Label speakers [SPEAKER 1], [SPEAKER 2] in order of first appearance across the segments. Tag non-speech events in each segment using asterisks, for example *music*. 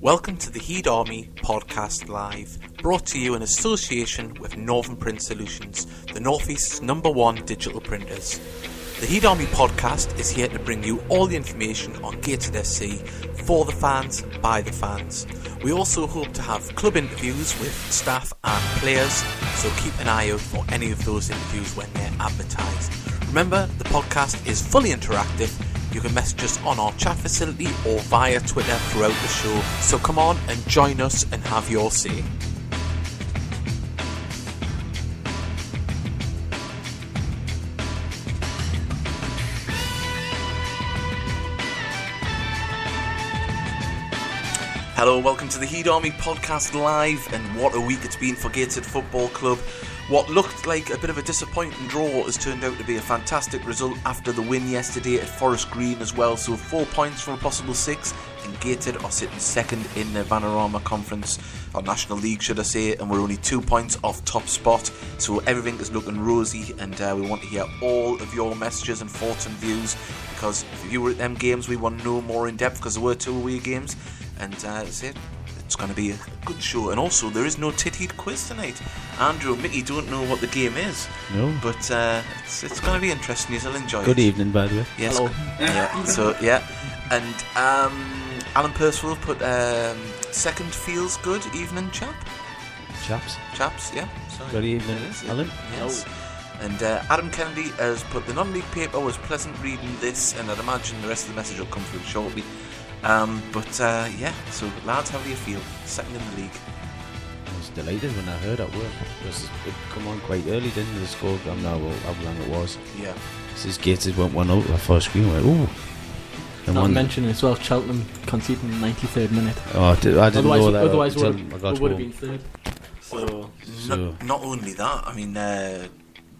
[SPEAKER 1] Welcome to the Heed Army Podcast Live, brought to you in association with Northern Print Solutions, the Northeast's number one digital printers. The Heed Army Podcast is here to bring you all the information on Gated SC for the fans, by the fans. We also hope to have club interviews with staff and players, so keep an eye out for any of those interviews when they're advertised. Remember, the podcast is fully interactive. You can message us on our chat facility or via Twitter throughout the show. So come on and join us and have your say. Hello, and welcome to the Heat Army podcast live, and what a week it's been for Gated Football Club. What looked like a bit of a disappointing draw has turned out to be a fantastic result after the win yesterday at Forest Green as well. So four points from a possible six, and Gated are sitting second in the Vanarama Conference, or National League, should I say, and we're only two points off top spot. So everything is looking rosy, and uh, we want to hear all of your messages and thoughts and views because if you were at them games, we want to know more in depth because there were two away games, and uh, that's it. It's going to be a good show, and also there is no titty quiz tonight. Andrew, and Mickey don't know what the game is,
[SPEAKER 2] No.
[SPEAKER 1] but uh, it's, it's going to be interesting. You'll enjoy it.
[SPEAKER 2] Good evening, by the way.
[SPEAKER 1] Yes. Yeah. So yeah, and um, Alan Percival put um, second feels good evening chap
[SPEAKER 2] Chaps.
[SPEAKER 1] chaps. Yeah. Sorry.
[SPEAKER 2] Good evening,
[SPEAKER 1] It is, yeah.
[SPEAKER 2] Alan.
[SPEAKER 1] Yes. And uh, Adam Kennedy has put the non-league paper was pleasant reading this, and I'd imagine the rest of the message will come through shortly. Um, but uh, yeah, so lads, how do you feel? Second in the league.
[SPEAKER 2] I was delighted when I heard at work. This is- It come on quite early, didn't it? The score, I don't know how how long it was.
[SPEAKER 1] Yeah.
[SPEAKER 2] Since Gated went one out, I first screen went, ooh. And
[SPEAKER 3] Not
[SPEAKER 2] one-
[SPEAKER 3] mentioning as well, Cheltenham conceded in the 93rd minute.
[SPEAKER 2] Oh, I, did, I didn't
[SPEAKER 3] otherwise,
[SPEAKER 2] know that.
[SPEAKER 3] otherwise we
[SPEAKER 2] until
[SPEAKER 3] would-
[SPEAKER 2] I got
[SPEAKER 3] we would have
[SPEAKER 2] home.
[SPEAKER 3] been third. So,
[SPEAKER 2] So-
[SPEAKER 1] Not, not only that, I mean, uh,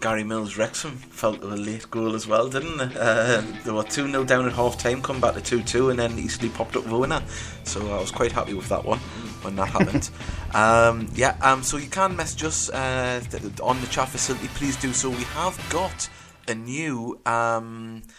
[SPEAKER 1] Gary Mills Wrexham felt a late goal as well, didn't they? Uh, they were 2 0 down at half time, come back to 2 2, and then easily popped up with a winner. So I was quite happy with that one when that
[SPEAKER 2] *laughs*
[SPEAKER 1] happened. um, yeah, um, so you can message us uh, th- th- on the chat facility, please do so. We have got a new. Um, *laughs*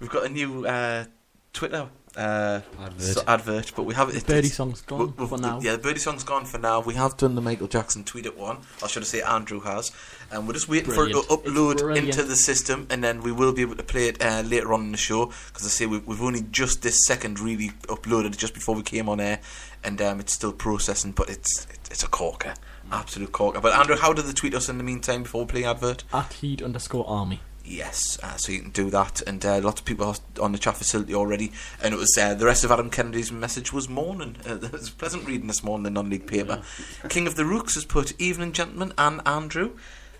[SPEAKER 1] we've got a new uh, Twitter. Uh,
[SPEAKER 2] Advert.
[SPEAKER 1] s- advert, but we have it.
[SPEAKER 3] Birdie
[SPEAKER 1] it's-
[SPEAKER 3] song's gone
[SPEAKER 1] we- we-
[SPEAKER 3] for now.
[SPEAKER 1] Yeah, the Birdie song's gone for now. We have done the Michael Jackson tweet at one, or should I say Andrew has, and we're just waiting for it
[SPEAKER 3] Brilliant.
[SPEAKER 1] to
[SPEAKER 3] It's
[SPEAKER 1] upload
[SPEAKER 3] brilliant.
[SPEAKER 1] into the system, and then we will be able to play it uh, later on in the show. Because I say we, we've only just this second really uploaded it just before we came on air, and um, it's still processing, but it's it, it's a corker, absolute corker. But Andrew, how do they tweet us in the meantime before we play advert?
[SPEAKER 3] at heed underscore army.
[SPEAKER 1] Yes, uh, so you can do that, and uh, lots of people are on the chat facility already. And it was uh, the rest of Adam Kennedy's message was morning. Uh, *laughs* it was pleasant reading this morning the non-league paper. King of the Rooks has put evening, gentlemen, and Andrew.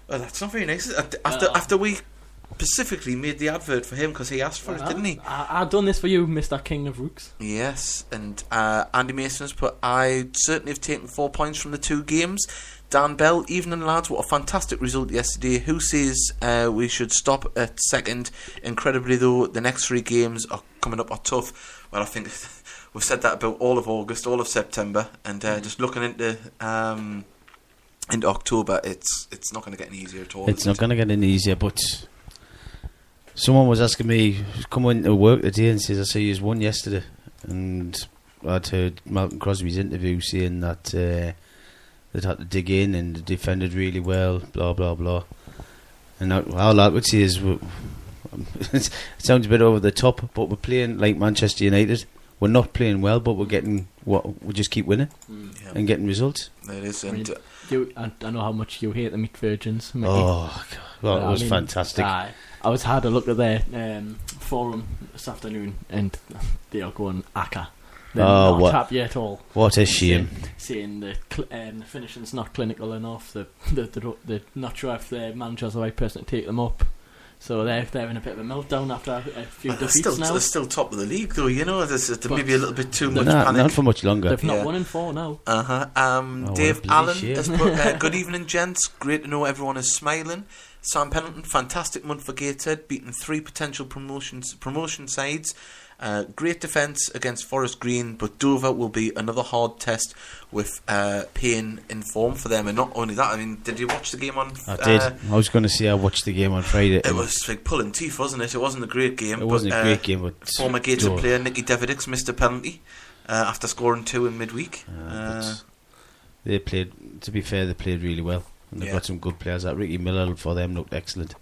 [SPEAKER 1] Well, that's not very nice. is it? After after,
[SPEAKER 3] Uh.
[SPEAKER 1] after we specifically made the advert for him because he asked for it, didn't he?
[SPEAKER 3] I, I done this for you, Mr. King of Rooks.
[SPEAKER 1] Yes, and uh, Andy Mason has put, I certainly have taken four points from the two games. Dan Bell, evening lads, what a fantastic result yesterday. Who says uh, we should stop at second? Incredibly, though, the next three games are coming up are tough. Well, I think *laughs* we've said that about all of August, all of September, and
[SPEAKER 2] Mm-hmm.
[SPEAKER 1] uh, just looking into um, into October, it's it's not going to get any easier at all.
[SPEAKER 2] It's
[SPEAKER 1] is
[SPEAKER 2] not
[SPEAKER 1] it?
[SPEAKER 2] going to get any easier, but someone was asking me, come into work today and says, I saw you won yesterday. And I'd heard Malcolm Crosby's interview saying that uh, they'd had to dig in and they defended really well, blah, blah, blah. And I, all I would say is, w- *laughs* it sounds a bit over the top, but we're playing like Manchester United. We're not playing well, but we're getting what we just keep winning
[SPEAKER 1] Yeah,
[SPEAKER 2] and getting results.
[SPEAKER 1] there it is. And, uh,
[SPEAKER 3] You, I, I know how much you hate the meat virgins. Mickey.
[SPEAKER 2] Oh, God. Well,
[SPEAKER 3] But
[SPEAKER 2] it
[SPEAKER 3] I
[SPEAKER 2] was
[SPEAKER 3] mean,
[SPEAKER 2] fantastic.
[SPEAKER 3] aye. I was had a look at their um, forum this afternoon, and they are going akka. They're
[SPEAKER 2] Oh,
[SPEAKER 3] not
[SPEAKER 2] what-
[SPEAKER 3] happy at all.
[SPEAKER 2] What a shame.
[SPEAKER 3] Seeing the cl- um, the finishing's not clinical enough, the the the the not sure if their manager's the right person to take them up. So they're they're in a bit of a meltdown after a few
[SPEAKER 1] well, they're, *laughs*
[SPEAKER 3] defeats
[SPEAKER 1] still,
[SPEAKER 3] now.
[SPEAKER 1] they're still top of the league, though, you know. There's, there's
[SPEAKER 3] But
[SPEAKER 1] maybe a little bit too
[SPEAKER 2] No,
[SPEAKER 1] much
[SPEAKER 2] not,
[SPEAKER 1] panic.
[SPEAKER 2] not for much longer.
[SPEAKER 3] They've not
[SPEAKER 1] Yeah.
[SPEAKER 3] won in four now.
[SPEAKER 1] Uh huh. Um,
[SPEAKER 2] Oh, what a
[SPEAKER 1] Dave
[SPEAKER 2] bloody
[SPEAKER 1] Allen
[SPEAKER 2] shame. *laughs*
[SPEAKER 1] has put, uh, good evening, gents. Great to know everyone is smiling. Sam Pendleton, fantastic month for Gateshead, beating three potential promotions promotion sides. Uh, great defence against Forest Green, but Dover will be another hard test with uh, Payne in form for them. And not only that, I mean, did you watch the game on?
[SPEAKER 2] I
[SPEAKER 1] uh,
[SPEAKER 2] did. I was going to say I watched the game on Friday.
[SPEAKER 1] It was like pulling teeth, wasn't it? It wasn't a great game.
[SPEAKER 2] It wasn't
[SPEAKER 1] but,
[SPEAKER 2] a
[SPEAKER 1] uh,
[SPEAKER 2] great game, but
[SPEAKER 1] Former Gateshead
[SPEAKER 2] Dover.
[SPEAKER 1] player Nicky Davidix missed a penalty uh, after scoring two in midweek.
[SPEAKER 2] Uh,
[SPEAKER 1] Uh,
[SPEAKER 2] but they played. To be fair, they played really well, and they've
[SPEAKER 1] Yeah.
[SPEAKER 2] got some good players. That Ricky Miller for them looked excellent.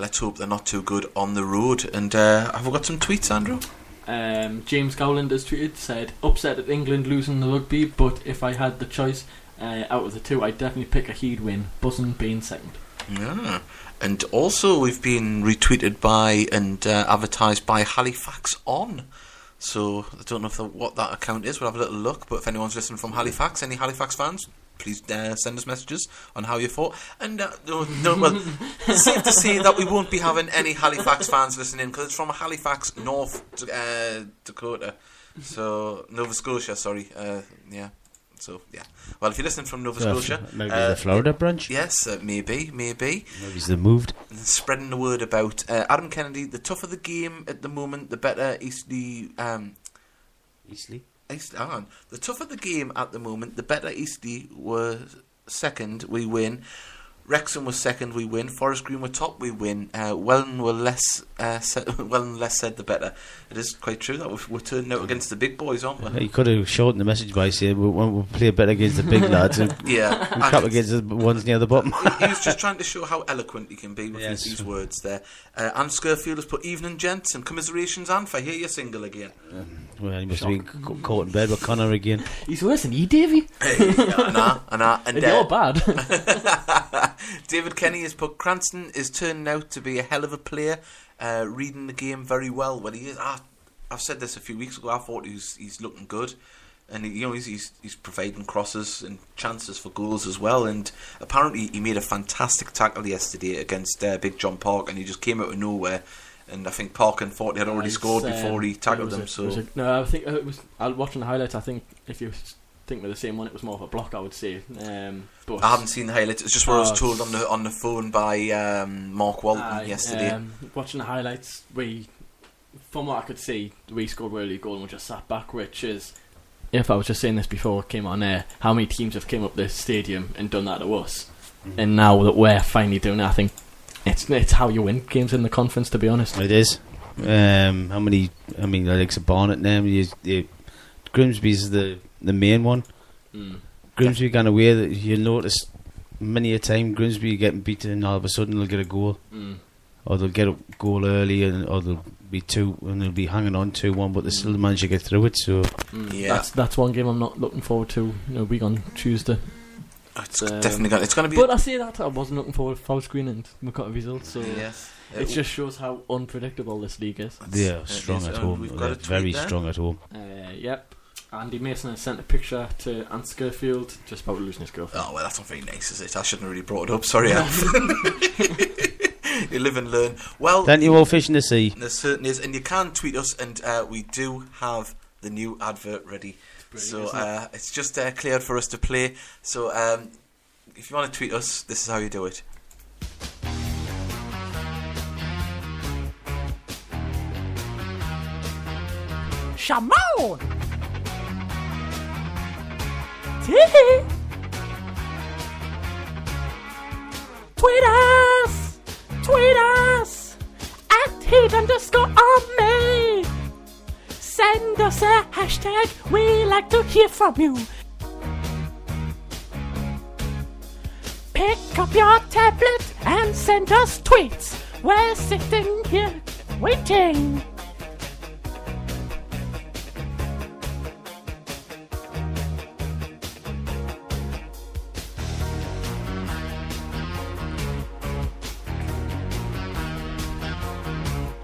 [SPEAKER 1] let's hope they're not too good on the road. And uh, have we got some tweets, Andrew?
[SPEAKER 3] Um, James Gowland has tweeted, said, upset at England losing the rugby, but if I had the choice uh, out of the two, I'd definitely pick a Heed win, Buzzing being second.
[SPEAKER 1] Yeah. And also, we've been retweeted by and uh, advertised by Halifax On. So I don't know if the, what that account is. We'll have a little look. But if anyone's listening from Halifax, any Halifax fans, please uh, send us messages on how you thought. And uh, no, no, well, it's safe to say that we won't be having any Halifax fans listening because it's from Halifax, North uh, Dakota, so Nova Scotia. Sorry, uh, yeah. So yeah. Well, if you're listening from Nova
[SPEAKER 2] Uh,
[SPEAKER 1] Scotia,
[SPEAKER 2] maybe
[SPEAKER 1] uh,
[SPEAKER 2] the Florida branch.
[SPEAKER 1] Yes, uh, maybe, maybe
[SPEAKER 2] Maybe they moved.
[SPEAKER 1] spreading the word about uh, Adam Kennedy. The tougher the game at the moment, the better he's the um.
[SPEAKER 2] Easily.
[SPEAKER 1] East, hang on. The tougher the game at the moment, the better Eastie were second. We win. Wrexham was second. We win. Forest Green were top. We win. Uh, Welland were less. Uh, *laughs* se- Welland less said the better. It is quite true that we're, we're turning out against the big boys, aren't we?
[SPEAKER 2] You could have shortened the message by saying we won't we'll play better against
[SPEAKER 1] *laughs*
[SPEAKER 2] the big lads and
[SPEAKER 1] Yeah. And
[SPEAKER 2] we crap against the ones near the bottom. *laughs*
[SPEAKER 1] he was just trying to show how eloquent he can be with
[SPEAKER 2] Yes.
[SPEAKER 1] these, these words there. Uh, Anne Skerfield has put evening, gents, and commiserations, Anne, for hear your single again.
[SPEAKER 2] well, he must have been ca- caught in bed with Connor again.
[SPEAKER 3] He's worse than you, Davey.
[SPEAKER 1] Hey, yeah, nah, and, uh, and
[SPEAKER 3] And
[SPEAKER 1] uh,
[SPEAKER 3] you're bad.
[SPEAKER 1] *laughs* David Kenny has put Cranston is turning out to be a hell of a player, uh, reading the game very well. Well, he is. I, I've said this a few weeks ago. I thought he was, he's looking good, and he, you know he's, he's he's providing crosses and chances for goals as well. And apparently he made a fantastic tackle yesterday against uh, Big John Park, and he just came out of nowhere. And I think Park and Forty had already
[SPEAKER 3] It's,
[SPEAKER 1] scored
[SPEAKER 3] um,
[SPEAKER 1] before he
[SPEAKER 3] it
[SPEAKER 1] tackled
[SPEAKER 3] was
[SPEAKER 1] them.
[SPEAKER 3] a- it was
[SPEAKER 1] so
[SPEAKER 3] a- no, I think uh, it was. I was watching the highlights. I think if you s- think with the same one, it was more of a block. I would say. Um, but
[SPEAKER 1] I haven't seen the highlights. It's just what I was
[SPEAKER 3] Oh,
[SPEAKER 1] told on the on the phone by um, Mark Walton
[SPEAKER 3] Aye,
[SPEAKER 1] yesterday.
[SPEAKER 3] Um, watching the highlights, we, from what I could see, we scored really goal and we just sat back, which is. If I was just saying this before I came on air, how many teams have came up this stadium and done that to us,
[SPEAKER 1] Mm.
[SPEAKER 3] and now that we're finally doing it, I think it's it's how you win games in the conference. To be honest,
[SPEAKER 2] It is. Um, how many? I mean, like a Barnet now. You, you, Grimsby's the the main one.
[SPEAKER 3] Mm.
[SPEAKER 2] Grimsby going away. That you notice many a time Grimsby getting beaten, and all of a sudden they'll get a goal,
[SPEAKER 3] Mm.
[SPEAKER 2] or they'll get a goal early, and or they'll be two, and they'll be hanging on two one, but they still manage to get through it. So
[SPEAKER 3] Mm,
[SPEAKER 1] Yeah.
[SPEAKER 3] That's that's one game I'm not looking forward to. You know, week on Tuesday.
[SPEAKER 1] Oh, it's
[SPEAKER 3] um,
[SPEAKER 1] definitely going. It's going to be. *laughs*
[SPEAKER 3] But I say that I wasn't looking forward to foul screen and we got a result. So
[SPEAKER 1] yes,
[SPEAKER 3] it just shows how unpredictable this league is.
[SPEAKER 1] That's-
[SPEAKER 2] they are
[SPEAKER 1] it
[SPEAKER 2] strong
[SPEAKER 1] is.
[SPEAKER 2] at
[SPEAKER 1] And
[SPEAKER 2] home.
[SPEAKER 1] We've got
[SPEAKER 2] They're
[SPEAKER 1] a tweet
[SPEAKER 2] very
[SPEAKER 1] there.
[SPEAKER 2] strong at home.
[SPEAKER 3] Uh, yep. Andy Mason has sent a picture to Anne Skerfield just about losing his girlfriend.
[SPEAKER 1] Oh well, that's not very nice, is it? I shouldn't have really brought it up. Sorry,
[SPEAKER 3] *laughs*
[SPEAKER 1] Alf. *laughs* you live and learn. Well,
[SPEAKER 2] Plenty of old fish in the sea.
[SPEAKER 1] there certainly is, and you can tweet us, and uh, we do have the new advert ready. so
[SPEAKER 3] isn't it?
[SPEAKER 1] uh, it's just uh, cleared for us to play. So um, if you want to tweet us, this is how you do it.
[SPEAKER 4] Shamon! Tee! Tweet us! Tweet us! At heat underscore on me! Send us a hashtag, we like to hear from you! Pick up your tablet and send us tweets! We're sitting here waiting!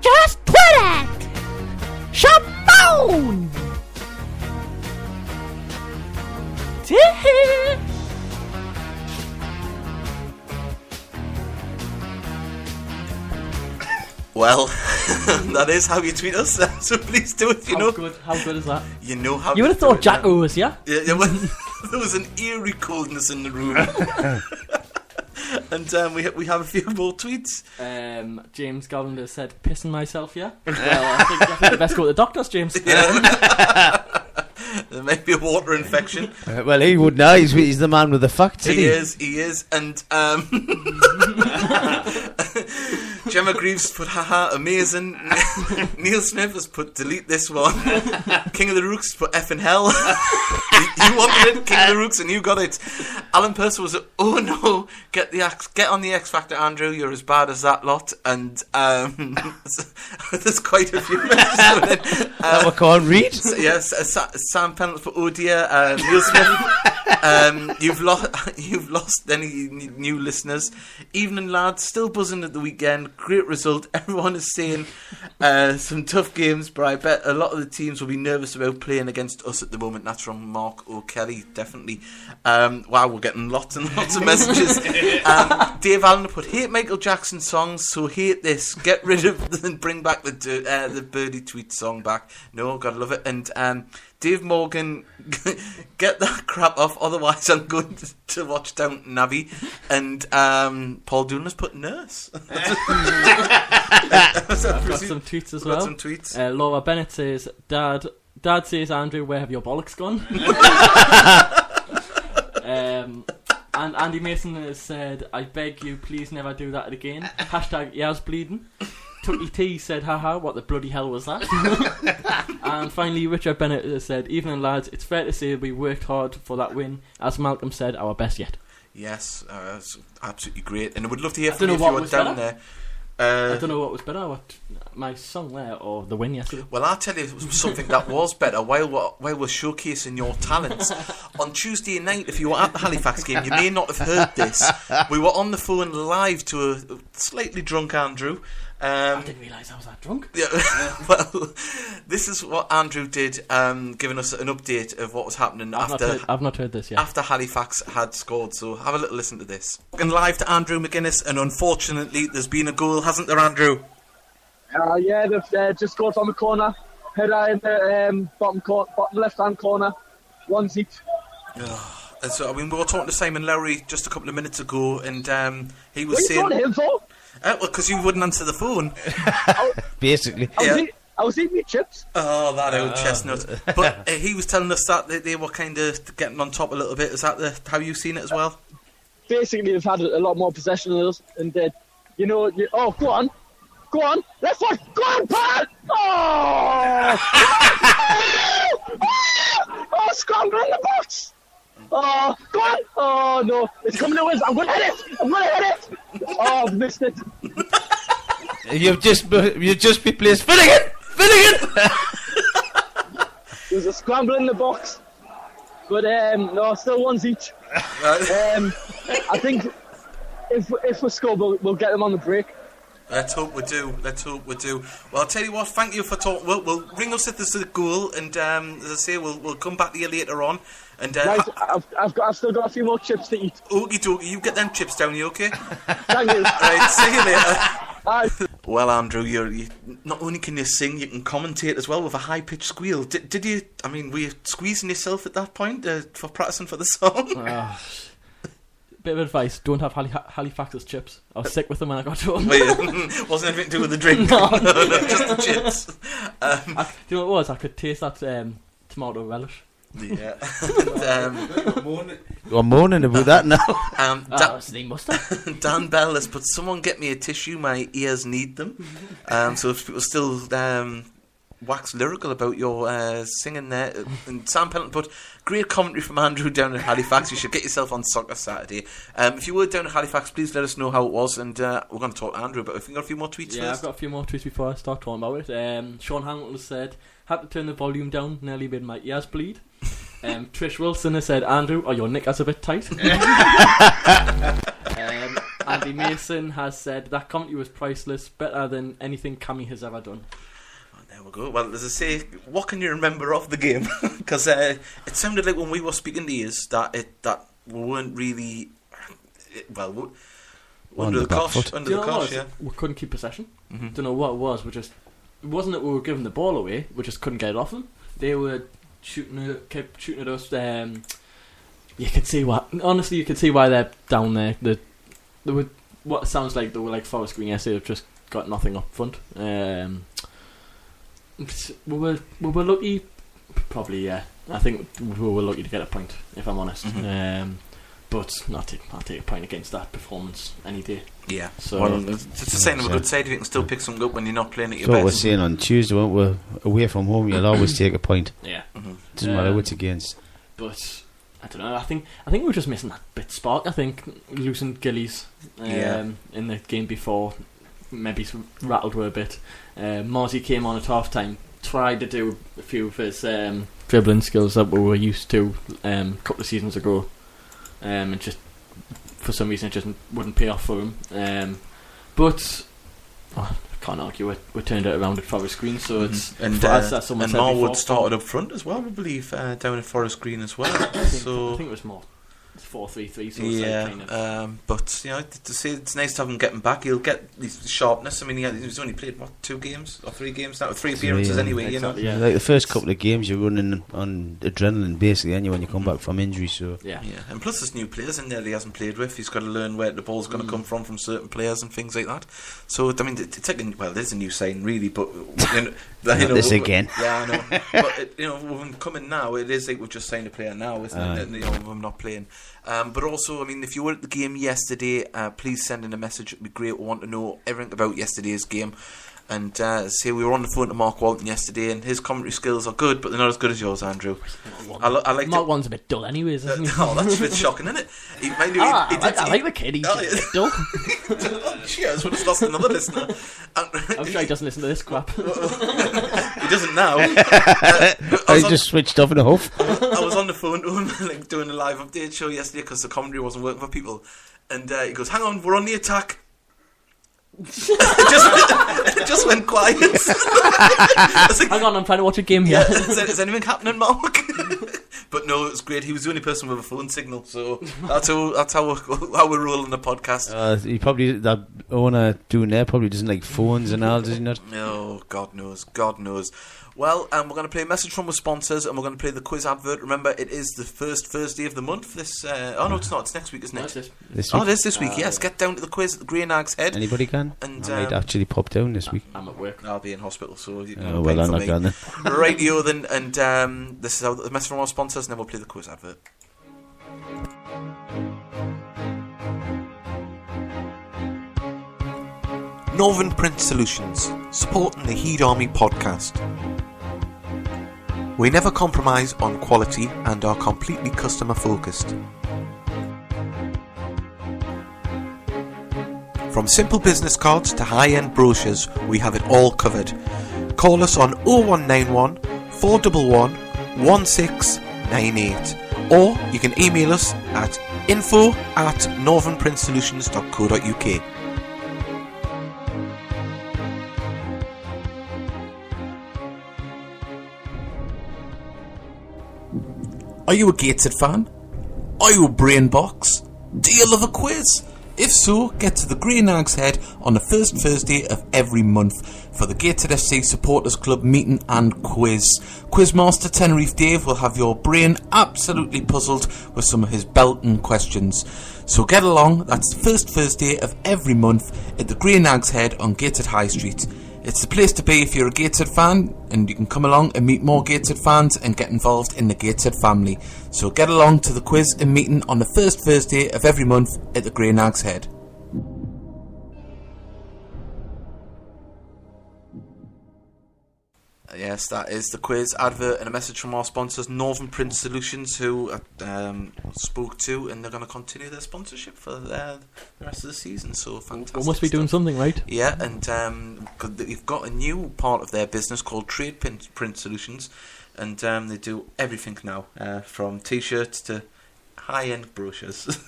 [SPEAKER 4] Just tweet it! Shabone! Tee-hee.
[SPEAKER 1] Well, *laughs* that is how you tweet us. *laughs* so please do it. Oh, You
[SPEAKER 3] how
[SPEAKER 1] know,
[SPEAKER 3] good? How good is
[SPEAKER 1] *laughs*
[SPEAKER 3] that?
[SPEAKER 1] you know how
[SPEAKER 3] You would have
[SPEAKER 1] to do
[SPEAKER 3] thought
[SPEAKER 1] it
[SPEAKER 3] Jack
[SPEAKER 1] now.
[SPEAKER 3] was, yeah.
[SPEAKER 1] *laughs* Yeah, yeah, well, there was an eerie coldness in the room. *laughs* and um, we we have a few more tweets.
[SPEAKER 3] Um, James Govender said, pissing myself, yeah? *laughs* well, I think, I think the best go to the doctors,
[SPEAKER 1] *laughs*
[SPEAKER 3] James.
[SPEAKER 1] There may be a water infection.
[SPEAKER 2] Uh, well, he would know. He's, he's the man with the facts. isn't
[SPEAKER 1] He is, he is, and um, *laughs* Gemma Greaves put haha amazing. *laughs* Neil Smith has put delete this one. *laughs* King of the Rooks put F in hell. *laughs* you you wanted it, King of the Rooks, and you got it. Alan Purcell was oh no, get the X, get on the X Factor, Andrew. You're as bad as that lot, and um, *laughs* there's quite a few *laughs* messages. coming in. Uh,
[SPEAKER 2] That I can't read.
[SPEAKER 1] so, yes, uh, Sa- Sam Penalty for oh dear, uh, Neil Smith. um, you've lost, *laughs* you've lost any n- new listeners. Evening, lads, still buzzing at the weekend. Great result. *laughs* Everyone is saying uh, some tough games, but I bet a lot of the teams will be nervous about playing against us at the moment. That's from Mark O'Kelly, definitely. Um, wow, we're getting lots and lots of messages. um, Dave Allen put hate Michael Jackson songs, so hate this. Get rid of and bring back the dir- uh, the Birdie Tweet song back. No, gotta love it. And um, Dave Morgan, *laughs* get that crap off, otherwise I'm going to, to watch Downton Abbey. And um, Paul Doolan has put nurse. *laughs*
[SPEAKER 3] I've got some tweets
[SPEAKER 1] We've
[SPEAKER 3] as
[SPEAKER 1] got
[SPEAKER 3] well.
[SPEAKER 1] some tweets.
[SPEAKER 3] Uh, Laura Bennett says, Dad, Dad says, Andrew, where have your bollocks gone? um, and Andy Mason has said, I beg you, please never do that again. Hashtag Yaz bleeding. Tucky T said, haha, what the bloody hell was that? *laughs* and finally, Richard Bennett has said, Evening lads, it's fair to say we worked hard for that win. As Malcolm said, our best yet.
[SPEAKER 1] Yes, uh, it's absolutely great. And I would love to hear
[SPEAKER 3] I
[SPEAKER 1] from you
[SPEAKER 3] don't
[SPEAKER 1] if
[SPEAKER 3] know
[SPEAKER 1] you
[SPEAKER 3] what
[SPEAKER 1] were
[SPEAKER 3] was
[SPEAKER 1] down
[SPEAKER 3] better.
[SPEAKER 1] there. Uh,
[SPEAKER 3] I don't know what was better, what, my song there or the win yesterday.
[SPEAKER 1] Well, I'll tell you it was something that was better while we're, while we're showcasing your talents. on Tuesday night, if you were at the Halifax game, you may not have heard this. We were on the phone live to a slightly drunk Andrew.
[SPEAKER 3] I
[SPEAKER 1] Um,
[SPEAKER 3] didn't realise I was that drunk.
[SPEAKER 1] yeah, *laughs* well, this is what Andrew did, um, giving us an update of what was happening
[SPEAKER 3] I've,
[SPEAKER 1] after
[SPEAKER 3] not heard, I've not heard this yet.
[SPEAKER 1] after Halifax had scored. So have a little listen to this. And live to Andrew McGuinness, and unfortunately, there's been a goal, hasn't there, Andrew?
[SPEAKER 5] Uh, yeah, they've uh, just scored from the corner. Header in the um, bottom, cor- bottom left-hand corner. One seat.
[SPEAKER 1] And so, I mean, we were talking to Simon Lowry just a couple of minutes ago, and um, he was
[SPEAKER 5] What
[SPEAKER 1] saying,
[SPEAKER 5] are you talking to him for?
[SPEAKER 1] uh, well, because you wouldn't answer the phone.
[SPEAKER 2] Basically,
[SPEAKER 5] I was,
[SPEAKER 1] Yeah.
[SPEAKER 5] eat- I was eating my chips.
[SPEAKER 1] Oh, that old chestnut! But uh, he was telling us that they, they were kind of getting on top a little bit. Is that the, how you've seen it as well?
[SPEAKER 5] Basically, they've had a lot more possession than us. And, uh, you know, you- oh, go on. Go on. Left foot. Go on, Pat! Oh! *laughs* oh, scrambling in the box. Oh, go on. Oh, no. It's coming to us. I'm going to hit it. I'm going to hit it. Oh, I've missed it.
[SPEAKER 2] you've just you've just replaced Finnegan. Finnegan.
[SPEAKER 5] There was a scramble in the box, but um, no, still ones each.
[SPEAKER 1] Uh,
[SPEAKER 5] Um, I think if if we score, we'll, we'll get them on the break.
[SPEAKER 1] Let's hope we do. Let's hope we do. Well, I'll tell you what. Thank you for talking. We'll, we'll ring us if there's a goal, and um, as I say, we'll we'll come back to you later on. And uh,
[SPEAKER 5] Right, I've, I've got I've still got a few more chips to eat.
[SPEAKER 1] okie dokie, you get them chips down. You okay?
[SPEAKER 5] Thank you.
[SPEAKER 1] right, *laughs* see you later.
[SPEAKER 5] Bye.
[SPEAKER 1] Well, Andrew, you're, you not only can you sing, you can commentate as well with a high pitched squeal. Did, did you? I mean, were you squeezing yourself at that point uh, for practicing for the *laughs* song?
[SPEAKER 3] Ah. bit of advice: don't have Halif- Halifax's chips. I was sick with them when I got *laughs* home.
[SPEAKER 1] Wait, *laughs* wasn't anything to do with the drink. no, no, *laughs* just the chips. Um,
[SPEAKER 3] I, do you know what it was? I could taste that um, tomato relish.
[SPEAKER 1] *laughs* yeah. *laughs* um,
[SPEAKER 2] I'm moaning about that now.
[SPEAKER 1] um,
[SPEAKER 3] Ah,
[SPEAKER 1] Da-
[SPEAKER 3] that was the
[SPEAKER 1] *laughs*
[SPEAKER 3] mustard.
[SPEAKER 1] Dan Bell has put someone get me a tissue. My ears need them. Um, so if people still um, wax lyrical about your uh, singing there, uh, and Sam Pendleton put great commentary from Andrew down in Halifax. You should get yourself on Soccer Saturday. Um, if you were down in Halifax, please let us know how it was, and uh, we're going to talk to Andrew. But if you got a few more tweets
[SPEAKER 3] *laughs* yeah, I've
[SPEAKER 1] first,
[SPEAKER 3] got a few more tweets before I start talking about it. Um, Sean Hamilton said, "Had to turn the volume down. Nearly made my ears *laughs* bleed." Um, Trish Wilson has said, "Andrew, are your knickers a bit *laughs* tight?" um, Andy Mason has said that comedy was priceless, better than anything Cammy has ever done.
[SPEAKER 1] there we go. Well, as I say, what can you remember of the game? *laughs* Because uh, it sounded like when we were speaking to you that it that we weren't really it- well. we- Under,
[SPEAKER 2] the
[SPEAKER 1] the
[SPEAKER 2] back
[SPEAKER 1] cosh,
[SPEAKER 2] foot.
[SPEAKER 1] under
[SPEAKER 3] Do you
[SPEAKER 1] the
[SPEAKER 3] know what
[SPEAKER 1] cosh,
[SPEAKER 3] it
[SPEAKER 1] yeah. Mm-hmm.
[SPEAKER 3] was? We couldn't keep possession. Don't know what it was. We just it wasn't that we were giving the ball away. We just couldn't get it off them. They were shooting, at, kept shooting at us. Um, you could see why. Honestly, you could see why they're down there. The They were what sounds like they were like Forest Green yesterday. They've just got nothing up front. Um, we were we were lucky, probably. Yeah, I think we were lucky to get a point. If I'm honest,
[SPEAKER 1] Mm-hmm.
[SPEAKER 3] um, but I'll take I'll take a point against that performance any day.
[SPEAKER 1] Yeah.
[SPEAKER 3] So-
[SPEAKER 1] well, it's it's a sign of a
[SPEAKER 2] Yeah.
[SPEAKER 1] good side if you can still pick something up when you're not playing at your
[SPEAKER 2] *laughs* That's what we're
[SPEAKER 1] best.
[SPEAKER 2] saying on Tuesday, weren't we? Away from home, you'll always take a point.
[SPEAKER 3] Yeah,
[SPEAKER 1] Mhm.
[SPEAKER 2] Doesn't
[SPEAKER 3] Yeah.
[SPEAKER 2] matter who it's against.
[SPEAKER 3] but I don't know. I think I think we were just missing that bit spark. I think losing Gillies um,
[SPEAKER 1] Yeah.
[SPEAKER 3] in the game before maybe s- rattled her a bit. Uh, Marty came on at half time, tried to do a few of his um, dribbling skills that we were used to um, a couple of seasons ago, um, and just for some reason it just wouldn't pay off for him. Um, but oh, I can't argue. We, we turned it around at Forest Green, so it's
[SPEAKER 1] And,
[SPEAKER 3] for us,
[SPEAKER 1] uh,
[SPEAKER 3] Mm-hmm. that's someone
[SPEAKER 1] and
[SPEAKER 3] said before.
[SPEAKER 1] Marwood started up front as well, I believe, uh, down at Forest Green as well.
[SPEAKER 3] *coughs* I think, I
[SPEAKER 1] so
[SPEAKER 3] think it was more four three three. So it's
[SPEAKER 1] yeah,
[SPEAKER 3] like kind of
[SPEAKER 1] um, but you know, t- to say it's nice to have him getting back. He'll get his sharpness. I mean, he had- he's only played what two games or three games now, three
[SPEAKER 2] Three,
[SPEAKER 1] appearances
[SPEAKER 2] yeah.
[SPEAKER 1] anyway. You know,
[SPEAKER 3] Exactly, yeah.
[SPEAKER 2] Like the first couple of games, you're running on adrenaline basically, and you when you come back from injury. So
[SPEAKER 3] yeah.
[SPEAKER 1] Yeah, and plus there's new players in there that he hasn't played with. He's got to learn where the ball's going to
[SPEAKER 3] Mm.
[SPEAKER 1] come from from certain players and things like that. So I mean, it- it's like a, well, there's a new sign really, but
[SPEAKER 2] *laughs*
[SPEAKER 1] you know,
[SPEAKER 2] Not
[SPEAKER 1] you know,
[SPEAKER 2] this
[SPEAKER 1] w-
[SPEAKER 2] again.
[SPEAKER 1] Yeah, I know. but it, you know, with him coming now, it is like we've just signed a player now, isn't
[SPEAKER 2] Aye.
[SPEAKER 1] it? And, you know, with him not playing. Um, but also, I mean, if you were at the game yesterday, uh, please send in a message. It'd be great. We want to know everything about yesterday's game. And uh, say we were on the phone to Mark Walton yesterday, and his commentary skills are good, but they're not as good as yours, Andrew. I, lo- I like to-
[SPEAKER 4] Mark one's a bit dull, anyways,
[SPEAKER 1] uh,
[SPEAKER 4] isn't he?
[SPEAKER 1] *laughs* oh, that's a bit shocking, isn't it? He, mind you, he,
[SPEAKER 4] Ah,
[SPEAKER 1] he
[SPEAKER 4] I, like,
[SPEAKER 1] did.
[SPEAKER 4] I like the kid. He's
[SPEAKER 1] Oh,
[SPEAKER 4] just
[SPEAKER 1] yeah.
[SPEAKER 4] a bit dull.
[SPEAKER 1] *laughs* oh, cheers, we just lost another listener. And-
[SPEAKER 3] I'm sure he doesn't listen to this
[SPEAKER 1] *laughs*
[SPEAKER 3] crap.
[SPEAKER 1] he doesn't now. Uh, I,
[SPEAKER 2] I
[SPEAKER 1] was on,
[SPEAKER 2] just switched off in a huff.
[SPEAKER 1] I was on the phone to him, *laughs* like doing a live update show yesterday because the commentary wasn't working for people, and uh, he goes, "Hang on, we're on the attack." *laughs* it, just, it just went *laughs* quiet. I was like,
[SPEAKER 4] Hang on, I'm trying to watch a game here.
[SPEAKER 1] yeah, *laughs* is, is anything happening, Mark? *laughs* but no, it's great. He was the only person with a phone signal, so that's how that's how we're, *laughs* how we're rolling the podcast.
[SPEAKER 2] Uh, he probably that owner doing there probably doesn't like phones and all, does he not?
[SPEAKER 1] No, God knows, God knows. Well, um, we're going to play a message from our sponsors, and we're going to play the quiz advert. Remember, it is the first Thursday of the month. This, uh, oh no, it's not. It's next week, isn't
[SPEAKER 3] That's
[SPEAKER 1] it?
[SPEAKER 3] it.
[SPEAKER 2] This
[SPEAKER 1] Oh,
[SPEAKER 2] week.
[SPEAKER 1] it is this week.
[SPEAKER 3] Ah,
[SPEAKER 1] Yes,
[SPEAKER 3] yeah.
[SPEAKER 1] get down to the quiz at the Green Ag's Head.
[SPEAKER 2] Anybody can?
[SPEAKER 1] And,
[SPEAKER 2] I might
[SPEAKER 1] um,
[SPEAKER 2] actually pop down this week.
[SPEAKER 3] I'm at work.
[SPEAKER 1] I'll be in hospital, so you
[SPEAKER 2] Oh, well, I'm
[SPEAKER 1] for
[SPEAKER 2] not
[SPEAKER 1] me. *laughs*
[SPEAKER 2] going then.
[SPEAKER 1] Rightio then, and um, this is how the message from our sponsors, and then we'll play the quiz advert. Northern Print Solutions, supporting the Heed Army podcast. We never compromise on quality and are completely customer focused. From simple business cards to high end brochures, we have it all covered. Call us on 0191 411 1698 or you can email us at info at northernprintsolutions.co.uk. Are you a Gated fan? Are you a brain box? Do you love a quiz? If so, get to the Green Ag's Head on the first Thursday of every month for the Gated FC Supporters Club meeting and quiz. Quizmaster Tenerife Dave will have your brain absolutely puzzled with some of his belting questions. So get along, that's the first Thursday of every month at the Green Ag's Head on Gated High Street. It's the place to be if you're a Gated fan, and you can come along and meet more Gated fans and get involved in the Gated family. So get along to the quiz and meeting on the first Thursday of every month at the Grey Nag's Head. Uh, Yes, that is the quiz advert and a message from our sponsors, Northern Print Solutions, who uh, um, spoke to, and they're going to continue their sponsorship for uh, the rest of the season. So fantastic!
[SPEAKER 3] We must be
[SPEAKER 1] stuff.
[SPEAKER 3] doing something right.
[SPEAKER 1] Yeah, and um, 'cause th- you've got a new part of their business called Trade Print, Print Solutions, and um, they do everything now, uh, from T-shirts to high-end brochures.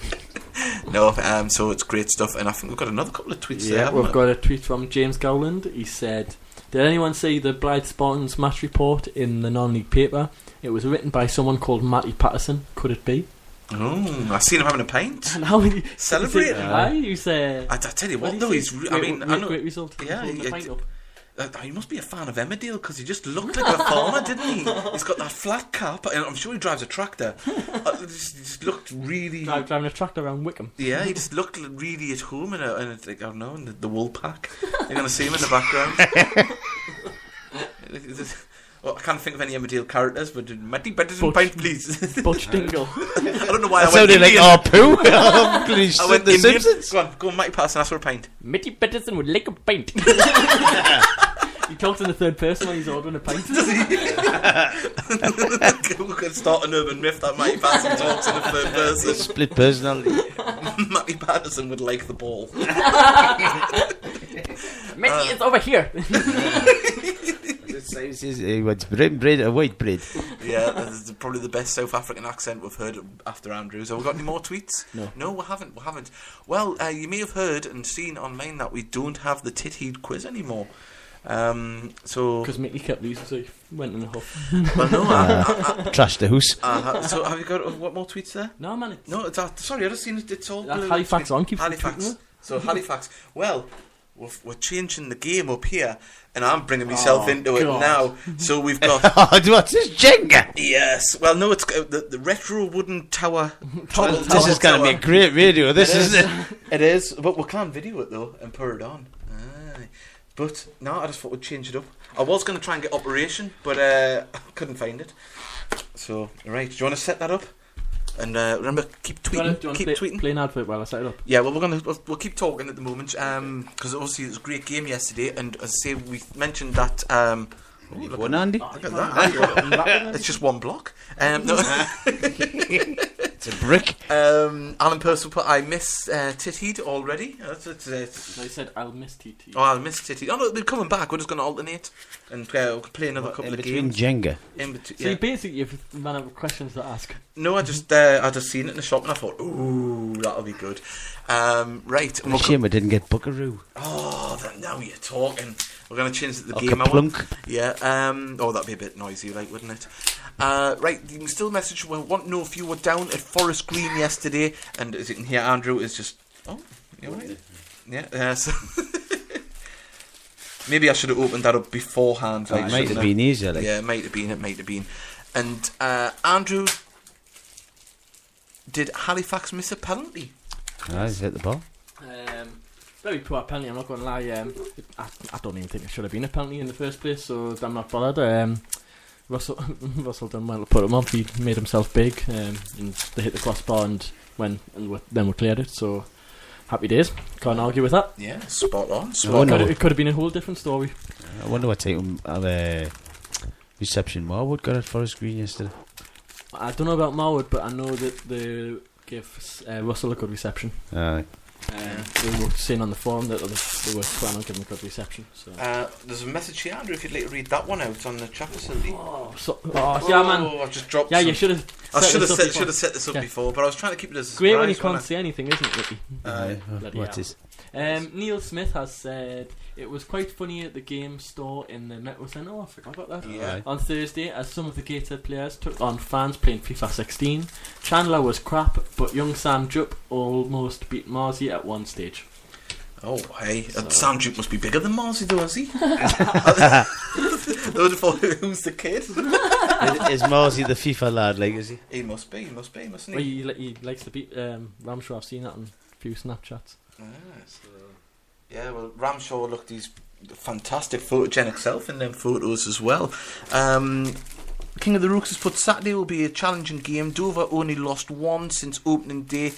[SPEAKER 1] *laughs* no, um, so it's great stuff, and I think we've got another couple of tweets there.
[SPEAKER 3] Yeah,
[SPEAKER 1] haven't
[SPEAKER 3] we've got a tweet from James Gowland. He said, "Did anyone see the Blyth Spartans match report in the non-league paper? It was written by someone called Matty Patterson. Could it be? *laughs*
[SPEAKER 1] we? Oh, I've seen him having a pint.
[SPEAKER 3] And how many
[SPEAKER 1] Celebrating.
[SPEAKER 3] Aye, you say?
[SPEAKER 1] I, I tell you
[SPEAKER 3] What do
[SPEAKER 1] what, though,
[SPEAKER 3] you
[SPEAKER 1] he's.
[SPEAKER 3] say?
[SPEAKER 1] Re- I
[SPEAKER 3] Great-
[SPEAKER 1] mean, I
[SPEAKER 3] great,
[SPEAKER 1] know.
[SPEAKER 3] great result.
[SPEAKER 1] Yeah, *laughs*
[SPEAKER 3] Holding the
[SPEAKER 1] it-
[SPEAKER 3] pint up.
[SPEAKER 1] Uh, he must be a fan of Emmerdale because he just looked like a farmer, didn't he? He's got that flat cap, and I'm sure he drives a tractor. *laughs* Uh, he just, he just looked really.
[SPEAKER 3] Drive, driving a tractor
[SPEAKER 1] *laughs*
[SPEAKER 3] around Wickham.
[SPEAKER 1] Yeah, he just looked really at home in, a, in a, like, I don't know, in the, the wool pack. You're going to see him in the background. well, I can't think of any Emmerdale characters, but Matty Patterson
[SPEAKER 3] Butch.
[SPEAKER 1] Pint, please. *laughs*
[SPEAKER 3] Butch Dingle.
[SPEAKER 1] I don't know why
[SPEAKER 2] That
[SPEAKER 1] I went
[SPEAKER 2] sounded like
[SPEAKER 1] Indian. *laughs*
[SPEAKER 2] our poo. *laughs* I
[SPEAKER 1] I went
[SPEAKER 2] the
[SPEAKER 1] Indian.
[SPEAKER 2] Simpsons.
[SPEAKER 1] Go on, go on, Matty Patterson, ask for a pint. *laughs*
[SPEAKER 3] Mitty Peterson would lick a pint. he talks in the third person when he's ordering a pint.
[SPEAKER 1] we could start an urban myth that Matty Patterson talks in the third person. *laughs*
[SPEAKER 2] Split personality.
[SPEAKER 1] Matty Patterson would like the ball.
[SPEAKER 3] Mitty is over here.
[SPEAKER 2] He went brown bread or white bread.
[SPEAKER 1] Yeah, that's probably the best South African accent we've heard after Andrews. Have we got any more tweets?
[SPEAKER 3] No.
[SPEAKER 1] No, we haven't. We haven't. Well, uh, you may have heard and seen online that we don't have the tit heat quiz anymore. Um, so,
[SPEAKER 3] Because Mitty kept losing, so he went in a huff.
[SPEAKER 1] well, no, I,
[SPEAKER 3] *laughs*
[SPEAKER 2] Trash the house.
[SPEAKER 1] I, ha- so have you got uh, what more tweets there?
[SPEAKER 3] No, man, it's
[SPEAKER 1] No, it's that. Sorry, I just seen it. It's all
[SPEAKER 3] That
[SPEAKER 1] blue.
[SPEAKER 3] Halifax on keeps tweeting
[SPEAKER 1] Halifax.
[SPEAKER 3] it.
[SPEAKER 1] So Halifax. Well, we're, we're changing the game up here, and I'm bringing myself
[SPEAKER 3] Oh,
[SPEAKER 1] into it
[SPEAKER 3] God.
[SPEAKER 1] now. So we've
[SPEAKER 3] *laughs*
[SPEAKER 1] got
[SPEAKER 2] *laughs* What's this Jenga?
[SPEAKER 1] Yes. Well, no, it's uh, the, the retro wooden
[SPEAKER 3] *laughs*
[SPEAKER 1] tower. Toggle
[SPEAKER 2] This is going to be
[SPEAKER 1] tower.
[SPEAKER 2] a great video. This is it.
[SPEAKER 1] It is, but we can't video it though and put it on. Aye. But no, I just thought we'd change it up. I was going to try and get Operation, but uh, *laughs* I couldn't find it. So right, do you want to set that up? And uh, remember, keep
[SPEAKER 3] Do you wanna-
[SPEAKER 1] tweeting,
[SPEAKER 3] do you wanna
[SPEAKER 1] keep
[SPEAKER 3] play,
[SPEAKER 1] tweeting.
[SPEAKER 3] play an advert while I set it up?
[SPEAKER 1] Yeah, well, we're gonna we'll, we'll keep talking at the moment because obviously it was a great game yesterday, and as I say, we mentioned that. Um, oh, look
[SPEAKER 2] One Andy.
[SPEAKER 1] at- look at
[SPEAKER 3] *laughs*
[SPEAKER 1] that! it's just one block. Um, no,
[SPEAKER 2] It's a brick.
[SPEAKER 1] um, Alan Purcell put, "I miss uh, Titid already." That's, that's, that's,
[SPEAKER 3] They said, I'll miss TT.
[SPEAKER 1] oh, I miss Titid. Oh no, they're coming back. We're just gonna alternate and uh, we'll play another couple
[SPEAKER 2] In
[SPEAKER 1] of
[SPEAKER 2] between
[SPEAKER 1] games.
[SPEAKER 2] Jenga.
[SPEAKER 1] In between,
[SPEAKER 3] So you basically, you've run out of questions to ask.
[SPEAKER 1] No,
[SPEAKER 2] Mm-hmm.
[SPEAKER 1] I just uh, I just seen it in the shop and I thought, "Ooh, that'll be good." Um, right. and
[SPEAKER 2] What a
[SPEAKER 1] we'll co-
[SPEAKER 2] shame I didn't get Buckaroo.
[SPEAKER 1] oh, that, now you're talking. We're gonna change the
[SPEAKER 2] Or
[SPEAKER 1] game. I want.
[SPEAKER 2] Kaplunk.
[SPEAKER 1] Yeah. Um. Oh, that'd be a bit noisy, like, wouldn't it? Uh. Right. You can still message. We want to know if you were down at Forest Green yesterday, and as you can hear, Andrew is just. Oh. Yeah. Right. Yeah. Uh, so *laughs* Maybe I should have opened that up beforehand. Like,
[SPEAKER 2] It might
[SPEAKER 1] shouldn't
[SPEAKER 2] have
[SPEAKER 1] I?
[SPEAKER 2] been easier. Like.
[SPEAKER 1] Yeah, it might have been. It might have been. And uh, Andrew, did Halifax miss a penalty?
[SPEAKER 2] Ah, he's hit the ball.
[SPEAKER 3] Um, very poor penalty, I'm not going to lie. Um, I, I don't even think it should have been a penalty in the first place, so I'm not bothered. Um, Russell, *laughs* Russell done well to put him off. He made himself big, um, and they hit the crossbar and when and we- then we cleared it. So happy days. Can't argue with that.
[SPEAKER 1] Yeah, spot on.
[SPEAKER 2] Oh, I
[SPEAKER 1] Spot
[SPEAKER 2] wonder,
[SPEAKER 3] Could,
[SPEAKER 2] what,
[SPEAKER 3] it could have been a whole different story.
[SPEAKER 2] I wonder what type of uh, reception Marwood got at Forest Green yesterday.
[SPEAKER 3] I don't know about Marwood, but I know that they gave uh, Russell a good reception.
[SPEAKER 2] Aye.
[SPEAKER 3] Um, they were saying on the forum that they they were planning on giving him a good reception. So.
[SPEAKER 1] Uh, there's a message here, Andrew. If you'd like to read that one out on the chat facility.
[SPEAKER 3] Oh, so, oh, yeah, man.
[SPEAKER 1] Oh, I've just dropped.
[SPEAKER 3] Yeah, you
[SPEAKER 1] some-
[SPEAKER 3] should have.
[SPEAKER 1] I
[SPEAKER 3] set
[SPEAKER 1] should have
[SPEAKER 3] this up
[SPEAKER 1] set,
[SPEAKER 3] before.
[SPEAKER 1] should have set this up
[SPEAKER 3] Yeah.
[SPEAKER 1] before, but I was trying to keep it as a
[SPEAKER 3] Great when you
[SPEAKER 1] surprise,
[SPEAKER 3] can't say anything, isn't it, Ricky?
[SPEAKER 1] wasn't
[SPEAKER 2] Uh,
[SPEAKER 3] bloody
[SPEAKER 2] what
[SPEAKER 3] hell.
[SPEAKER 2] is?
[SPEAKER 3] Um, Neil Smith has said it was quite funny at the game store in the Metro Centre. Oh, I forgot about
[SPEAKER 1] I?
[SPEAKER 3] that.
[SPEAKER 1] yeah.
[SPEAKER 2] Aye.
[SPEAKER 3] On Thursday, as some of the Gator players took on fans playing FIFA 16, Chandler was crap, but young Sam Jupp almost beat Marzi at one stage.
[SPEAKER 1] Oh, hey.
[SPEAKER 3] So-
[SPEAKER 1] Sam Duke must be bigger than Marzi, though, is he? *laughs* I would have thought, *laughs* who's the kid? *laughs*
[SPEAKER 2] is Marzi the FIFA lad? Like, is he?
[SPEAKER 1] He must be. He must be, mustn't
[SPEAKER 3] Well,
[SPEAKER 1] he?
[SPEAKER 3] he, he likes to beat um, Ramshaw. I've seen that on a few Snapchats.
[SPEAKER 1] Ah, so- yeah, well, Ramshaw looked his fantastic photogenic self in them photos as well. Um, King of the Rooks has put Saturday will be a challenging game. Dover only lost one since opening day.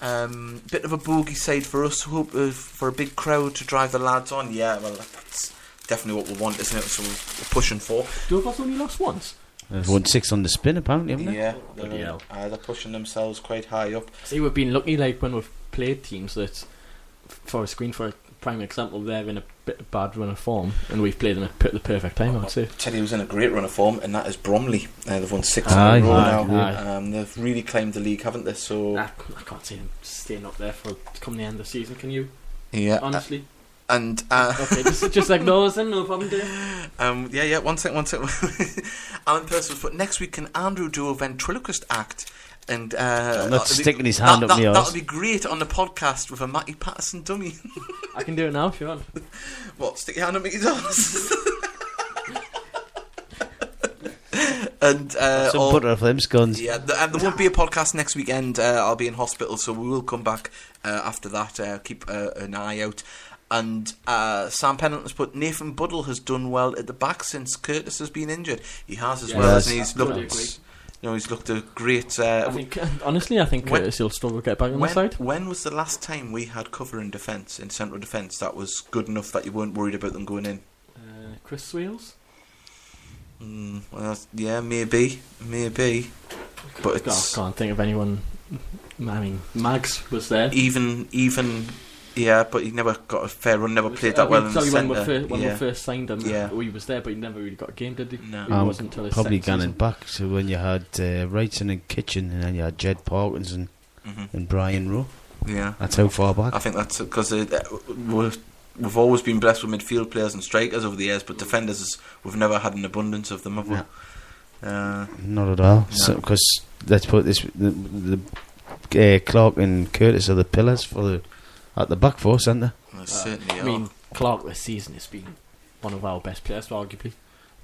[SPEAKER 1] Um, bit of a bogey side for us. Hope uh, for a big crowd to drive the lads on. Yeah, well, that's definitely what we want, isn't it? So we're pushing for.
[SPEAKER 3] Dover's only lost once.
[SPEAKER 2] They've won six on the spin, apparently, haven't they?
[SPEAKER 1] Yeah,
[SPEAKER 3] Bloody
[SPEAKER 1] they're,
[SPEAKER 3] hell.
[SPEAKER 1] uh, they're pushing themselves quite high up.
[SPEAKER 3] See, we've been lucky, like when we've played teams that, for a screen for a prime example, they're in a bit of bad run of form, and we've played them at p- the perfect time. I would say.
[SPEAKER 1] Teddy was in a great run of form, and that is Bromley. Uh, they've won six
[SPEAKER 2] Aye,
[SPEAKER 1] in a row
[SPEAKER 2] aye,
[SPEAKER 1] now.
[SPEAKER 3] aye.
[SPEAKER 1] Um, they've really climbed the league, haven't they? So
[SPEAKER 3] I, I can't see them staying up there for come the end of the season. Can you
[SPEAKER 1] yeah, uh,
[SPEAKER 3] honestly?
[SPEAKER 1] and uh,
[SPEAKER 3] Okay, just just ignore us then. No problem, dear.
[SPEAKER 1] Um, yeah, *laughs* yeah, one sec, one sec. Alan Purcell's put next week can Andrew do a ventriloquist act? And uh,
[SPEAKER 2] I'm not
[SPEAKER 1] that'd be-
[SPEAKER 2] sticking his hand
[SPEAKER 1] that,
[SPEAKER 2] up
[SPEAKER 1] that,
[SPEAKER 2] my arse.
[SPEAKER 1] That would be great on the podcast with a Matty Patterson dummy. *laughs*
[SPEAKER 3] I can do it now if you want.
[SPEAKER 1] Uh, What, stick your hand up his arse? *laughs* and uh,
[SPEAKER 2] Some
[SPEAKER 1] or-
[SPEAKER 2] butter off them scones.
[SPEAKER 1] yeah, th- and there won't be a podcast next weekend. Uh, I'll be in hospital, so we will come back uh, after that. Uh, keep uh, an eye out. And uh, Sam Pennant has put Nathan Buddle has done well at the back since Curtis has been injured. He has as
[SPEAKER 3] Yeah,
[SPEAKER 1] well,
[SPEAKER 2] that's-
[SPEAKER 1] and he's
[SPEAKER 3] Totally
[SPEAKER 1] looked.
[SPEAKER 3] agree.
[SPEAKER 1] You know, he's looked a great. Uh,
[SPEAKER 3] I think, honestly, I think
[SPEAKER 1] When-
[SPEAKER 3] Curtis will struggle to get back on the
[SPEAKER 1] when,
[SPEAKER 3] side.
[SPEAKER 1] when was the last time we had cover in defence in central defence that was good enough that you weren't worried about them going in?
[SPEAKER 3] Uh, Chris Swales?
[SPEAKER 1] Mm, well, that's- yeah, maybe, maybe, but
[SPEAKER 3] God,
[SPEAKER 1] it's
[SPEAKER 3] I can't think of anyone. I mean, Mags was there.
[SPEAKER 1] even even yeah, but he never got a fair run, never played
[SPEAKER 3] I
[SPEAKER 1] that well
[SPEAKER 3] mean,
[SPEAKER 1] in the
[SPEAKER 3] sorry, when, we
[SPEAKER 1] centre.
[SPEAKER 3] first, when we
[SPEAKER 1] yeah.
[SPEAKER 3] first signed him,
[SPEAKER 1] Yeah.
[SPEAKER 3] he was there, but he never really got a game, did he?
[SPEAKER 1] No.
[SPEAKER 3] He
[SPEAKER 2] Um,
[SPEAKER 3] wasn't until his
[SPEAKER 2] Probably
[SPEAKER 3] second
[SPEAKER 2] going
[SPEAKER 3] season.
[SPEAKER 2] back to when you had uh, Wrightson and Kitchen, and then you had Jed Parkinson
[SPEAKER 1] Mhm.
[SPEAKER 2] and Brian Rowe.
[SPEAKER 1] Mm-hmm. Yeah,
[SPEAKER 2] That's how far back.
[SPEAKER 1] I think that's because uh, we've we've always been blessed with midfield players and strikers over the years, but defenders is- we've never had an abundance of them. Have we?
[SPEAKER 2] No.
[SPEAKER 1] Uh,
[SPEAKER 2] Not at all.
[SPEAKER 1] No.
[SPEAKER 2] Because let's put this: the, the uh, Clark and Curtis are the pillars for the at the back four centre.
[SPEAKER 1] they
[SPEAKER 3] Uh,
[SPEAKER 1] certainly
[SPEAKER 3] I
[SPEAKER 1] are.
[SPEAKER 3] mean, Clark this season has been one of our best players, arguably.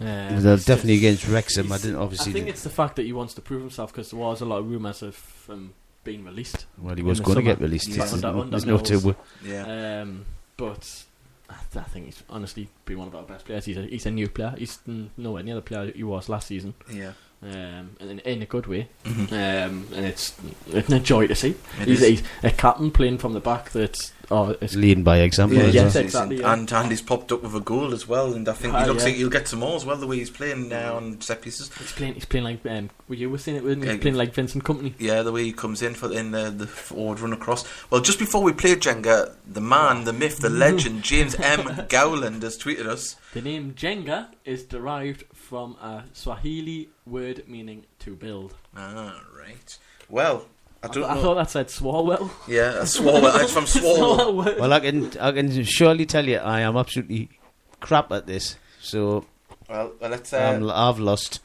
[SPEAKER 3] Um,
[SPEAKER 2] They're
[SPEAKER 3] it's
[SPEAKER 2] definitely
[SPEAKER 3] just-
[SPEAKER 2] against Wrexham. I
[SPEAKER 3] he's-
[SPEAKER 2] didn't
[SPEAKER 3] I
[SPEAKER 2] obviously.
[SPEAKER 3] think
[SPEAKER 2] didn't-
[SPEAKER 3] it's the fact that he wants to prove himself because there was a lot of rumours of him being released.
[SPEAKER 2] well, he was
[SPEAKER 3] in the
[SPEAKER 2] going to
[SPEAKER 3] summer,
[SPEAKER 2] get released.
[SPEAKER 1] yeah.
[SPEAKER 2] There's
[SPEAKER 3] Under-
[SPEAKER 2] no-
[SPEAKER 3] under
[SPEAKER 2] there's no
[SPEAKER 3] Mills.
[SPEAKER 2] two.
[SPEAKER 1] yeah,
[SPEAKER 3] Um, but I, th- I think he's honestly been one of our best players. He's a, he's a new player. He's mm, nowhere near the player he was last season,
[SPEAKER 1] yeah.
[SPEAKER 3] um, and in, in a good way.
[SPEAKER 1] Mhm.
[SPEAKER 3] Um, and it's, it's a joy to see.
[SPEAKER 1] It
[SPEAKER 3] He's,
[SPEAKER 1] is.
[SPEAKER 3] he's a captain playing from the back. That's oh, it's
[SPEAKER 2] He's leading by example.
[SPEAKER 1] Yeah,
[SPEAKER 2] as
[SPEAKER 3] yes,
[SPEAKER 2] well.
[SPEAKER 1] he's-
[SPEAKER 3] exactly,
[SPEAKER 1] he's-
[SPEAKER 3] yeah.
[SPEAKER 1] And, and he's popped up with a goal as well, and I think
[SPEAKER 3] Ah,
[SPEAKER 1] he looks
[SPEAKER 3] yeah. Mm.
[SPEAKER 1] like he'll get some more as well, the way he's playing now on set pieces.
[SPEAKER 3] He's playing. He's playing like. Um, were you were saying it? Wasn't he?
[SPEAKER 1] Yeah.
[SPEAKER 3] He's playing like Vincent Company.
[SPEAKER 1] Yeah, the way he comes in for in the, the forward run across. Well, just before we played Jenga, the man, the myth, the legend,
[SPEAKER 3] *laughs*
[SPEAKER 1] James M. Gowland has tweeted us.
[SPEAKER 3] The name Jenga is derived from a Swahili word meaning to build.
[SPEAKER 1] Ah, right. Well, I
[SPEAKER 3] I,
[SPEAKER 1] don't
[SPEAKER 3] thought- I
[SPEAKER 1] know.
[SPEAKER 3] thought that said Swalwell. *laughs*
[SPEAKER 1] yeah, Swalwell. It's from Swalwell.
[SPEAKER 3] Swalwell.
[SPEAKER 2] Well, I can I can surely tell you I am absolutely crap at this. So
[SPEAKER 1] Well, well, let's uh,
[SPEAKER 2] um, I've lost.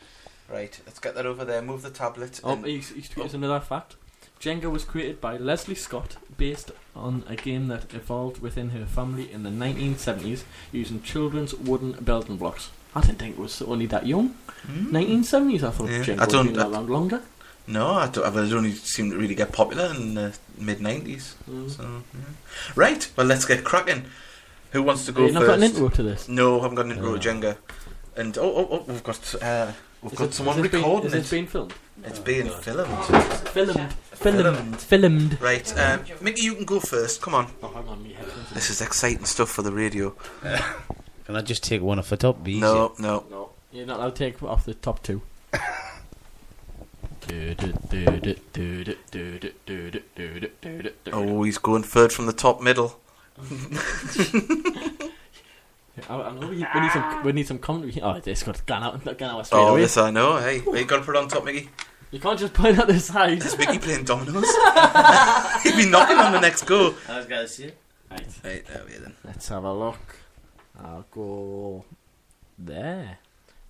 [SPEAKER 1] right. Let's get that over there. Move the tablet.
[SPEAKER 3] Oh,
[SPEAKER 1] and-
[SPEAKER 3] he's, he's tweeted another fact. Jenga was created by Leslie Scott based on a game that evolved within her family in the 1970s using children's wooden building blocks. I didn't think it was only that young.
[SPEAKER 1] Hmm?
[SPEAKER 3] 1970s, I thought
[SPEAKER 1] Yeah, I
[SPEAKER 3] Jenga
[SPEAKER 1] don't-
[SPEAKER 3] was been
[SPEAKER 1] I-
[SPEAKER 3] around longer.
[SPEAKER 1] No, I don't. I've only seemed to really get popular in the mid nineties.
[SPEAKER 3] Mm.
[SPEAKER 1] So, yeah. right. Well, let's get cracking. Who wants to go
[SPEAKER 3] You've
[SPEAKER 1] first?
[SPEAKER 3] not got an intro to this.
[SPEAKER 1] No, I haven't got an intro
[SPEAKER 3] No.
[SPEAKER 1] to Jenga. And oh, oh, oh we've got uh, we've
[SPEAKER 3] Is
[SPEAKER 1] got
[SPEAKER 3] it-
[SPEAKER 1] someone
[SPEAKER 3] has it been-
[SPEAKER 1] recording
[SPEAKER 3] Has it
[SPEAKER 1] it.
[SPEAKER 3] been filmed?
[SPEAKER 1] It's being filmed.
[SPEAKER 3] Filmed.
[SPEAKER 1] Filmed.
[SPEAKER 3] Filmed. Filmed.
[SPEAKER 1] Right, um, Mickey, you can go first. Come on.
[SPEAKER 3] Oh, hang on, me headphones.
[SPEAKER 1] This is exciting stuff for the radio.
[SPEAKER 2] Can I just take one off the top? Be *laughs* easy.
[SPEAKER 1] No, no.
[SPEAKER 3] No, you're not allowed to take off the top *laughs* two. oh.
[SPEAKER 1] Oh, he's going third from the top middle.
[SPEAKER 3] I, I know we, we need some we need some commentary. Oh, it's got gone out, gone out straight
[SPEAKER 1] Oh,
[SPEAKER 3] away.
[SPEAKER 1] this I know. Hey, you got to put it on top, Mickey.
[SPEAKER 3] You can't just point out the side.
[SPEAKER 1] It's *laughs* Mickey playing dominoes. He'd be knocking on the next go.
[SPEAKER 2] I was gonna see.
[SPEAKER 3] Right,
[SPEAKER 1] Right, there we are then.
[SPEAKER 3] *laughs* let's have a look. I'll go there,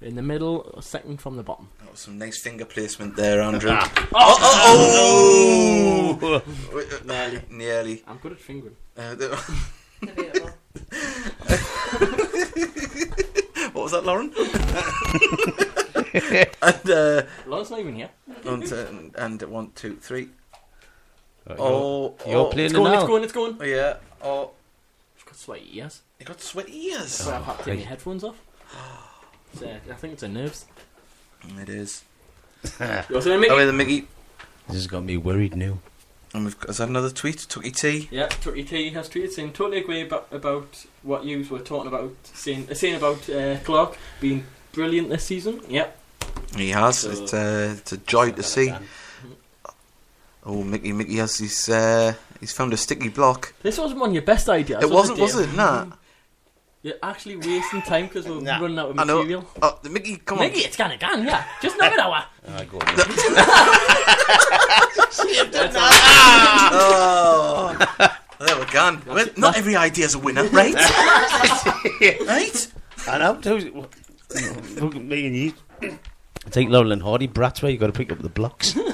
[SPEAKER 3] in the middle, second from the bottom.
[SPEAKER 1] That was some nice finger placement there, Andrew. oh,
[SPEAKER 3] Ah.
[SPEAKER 1] oh, oh!
[SPEAKER 3] Nearly.
[SPEAKER 1] Nearly.
[SPEAKER 3] I'm good at fingering.
[SPEAKER 1] Uh, the- *laughs* what was that, Lauren? and uh,
[SPEAKER 3] Lauren's not even here.
[SPEAKER 1] one, two, and one, two, three.
[SPEAKER 2] Oh,
[SPEAKER 1] Oh,
[SPEAKER 2] you're
[SPEAKER 1] oh,
[SPEAKER 2] playing
[SPEAKER 3] It's
[SPEAKER 2] it
[SPEAKER 3] going, it's
[SPEAKER 2] now.
[SPEAKER 3] going, it's going.
[SPEAKER 1] Oh, yeah. Oh,
[SPEAKER 3] I've got sweaty ears.
[SPEAKER 1] you got sweaty ears.
[SPEAKER 3] So I've had to take
[SPEAKER 2] Right.
[SPEAKER 3] my headphones *gasps* off. It's, uh, I think it's a nerves.
[SPEAKER 1] It is.
[SPEAKER 3] You also know Mickey?
[SPEAKER 1] Oh, wait, the Mickey.
[SPEAKER 2] This has got me worried now.
[SPEAKER 1] And we've got, is that another tweet? Tucky T.
[SPEAKER 3] Yeah, Tucky T has tweeted saying, totally agree about, about what you were talking about, saying, uh, saying about uh, Clark being brilliant this season. Yep.
[SPEAKER 1] He has.
[SPEAKER 3] So-
[SPEAKER 1] it's, uh, it's a joy to see. Oh, Mickey, Mickey has his. Uh, he's found a sticky block.
[SPEAKER 3] This wasn't one of your best ideas.
[SPEAKER 1] it wasn't,
[SPEAKER 3] was
[SPEAKER 1] was
[SPEAKER 3] it?
[SPEAKER 1] it?
[SPEAKER 3] dear?
[SPEAKER 1] Nah.
[SPEAKER 3] You're actually wasting time because we're
[SPEAKER 2] Nah.
[SPEAKER 3] running out of
[SPEAKER 1] I know.
[SPEAKER 3] material.
[SPEAKER 1] Oh, the Mickey, come
[SPEAKER 3] Mickey, it's gone again, yeah. Just another hour.
[SPEAKER 2] I go.
[SPEAKER 1] on. Oh. there we go. Well, not every idea's a winner, right? right?
[SPEAKER 2] And I'm too. Look at me and you. Take Laurel and Hardy, brats. Where you got to pick up the blocks.
[SPEAKER 1] *laughs*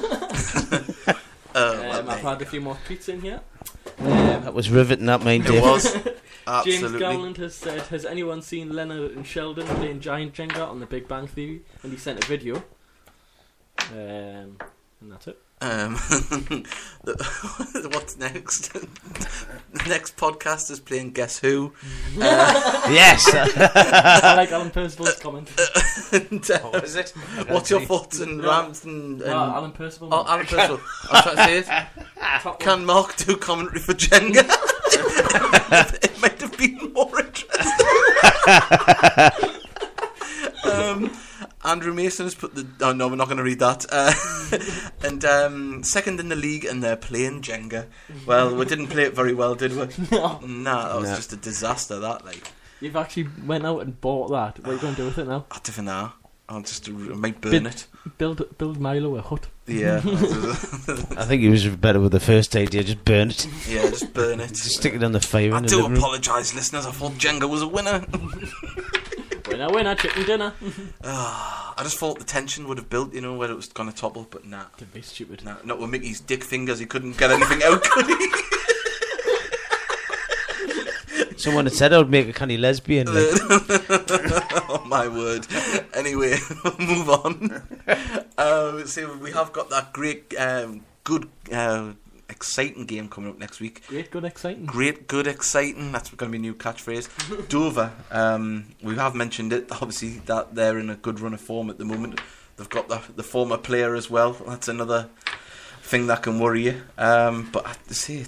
[SPEAKER 1] Oh, well,
[SPEAKER 3] Um,
[SPEAKER 1] there
[SPEAKER 3] I've
[SPEAKER 1] you
[SPEAKER 3] had a
[SPEAKER 1] go.
[SPEAKER 3] few more tweets in here. Um,
[SPEAKER 2] That was riveting, that mate.
[SPEAKER 1] It *laughs* was
[SPEAKER 3] James
[SPEAKER 1] absolutely.
[SPEAKER 3] Gowland has said, "Has anyone seen Leonard and Sheldon playing giant Jenga on The Big Bang Theory?" And he sent a video. Um, and that's
[SPEAKER 1] *laughs*
[SPEAKER 3] it.
[SPEAKER 1] Um, the- *laughs* what's next? the next podcast is playing Guess Who. *laughs*
[SPEAKER 2] Yes.
[SPEAKER 3] I like Alan Percival's comment.
[SPEAKER 1] Um, And, uh,
[SPEAKER 2] What was it?
[SPEAKER 1] what's your thoughts on
[SPEAKER 3] No.
[SPEAKER 1] Rams and? and
[SPEAKER 3] Oh, Alan Percival.
[SPEAKER 1] Oh, Alan Percival. I was trying to say it.
[SPEAKER 3] Top one.
[SPEAKER 1] Can Mark do commentary for Jenga? it might have been more interesting. um, Andrew Mason has put the. Oh no, we're not going to read that. Uh, *laughs* and um, second in the league, and they're playing Jenga. Well, we didn't play it very well, did we?
[SPEAKER 3] No.
[SPEAKER 1] Nah, that was
[SPEAKER 2] No.
[SPEAKER 1] just a disaster. That like,
[SPEAKER 3] You've actually went out and bought that. What are you going to do with it now?
[SPEAKER 1] I don't know. I'll just I might burn
[SPEAKER 3] Bit-
[SPEAKER 1] it.
[SPEAKER 3] Build build Milo a hut.
[SPEAKER 1] Yeah,
[SPEAKER 2] I think he was better with the first idea. Just burn it.
[SPEAKER 1] *laughs* yeah, just burn it.
[SPEAKER 2] Just stick it on the fire.
[SPEAKER 1] I
[SPEAKER 2] in the
[SPEAKER 1] do
[SPEAKER 2] living room.
[SPEAKER 1] apologise, listeners. I thought Jenga was a winner. *laughs*
[SPEAKER 3] Winner winner chicken dinner.
[SPEAKER 1] I just thought the tension would have built, you know, where it was going to topple, but nah.
[SPEAKER 3] Don't be stupid.
[SPEAKER 1] Nah, not with Mickey's dick fingers, he couldn't get anything out, could he? *laughs*
[SPEAKER 2] Someone had said I would make a canny lesbian. Like,
[SPEAKER 1] oh, my word. Anyway, *laughs* move on. Um, so we have got that great, um, good, uh, exciting game coming up next week.
[SPEAKER 3] Great, good, exciting.
[SPEAKER 1] Great, good, exciting. That's going to be a new catchphrase.
[SPEAKER 3] *laughs*
[SPEAKER 1] Dover, um, we have mentioned it, obviously, that they're in a good run of form at the moment. They've got the, the former player as well. That's another thing that can worry you. Um, but I have to say,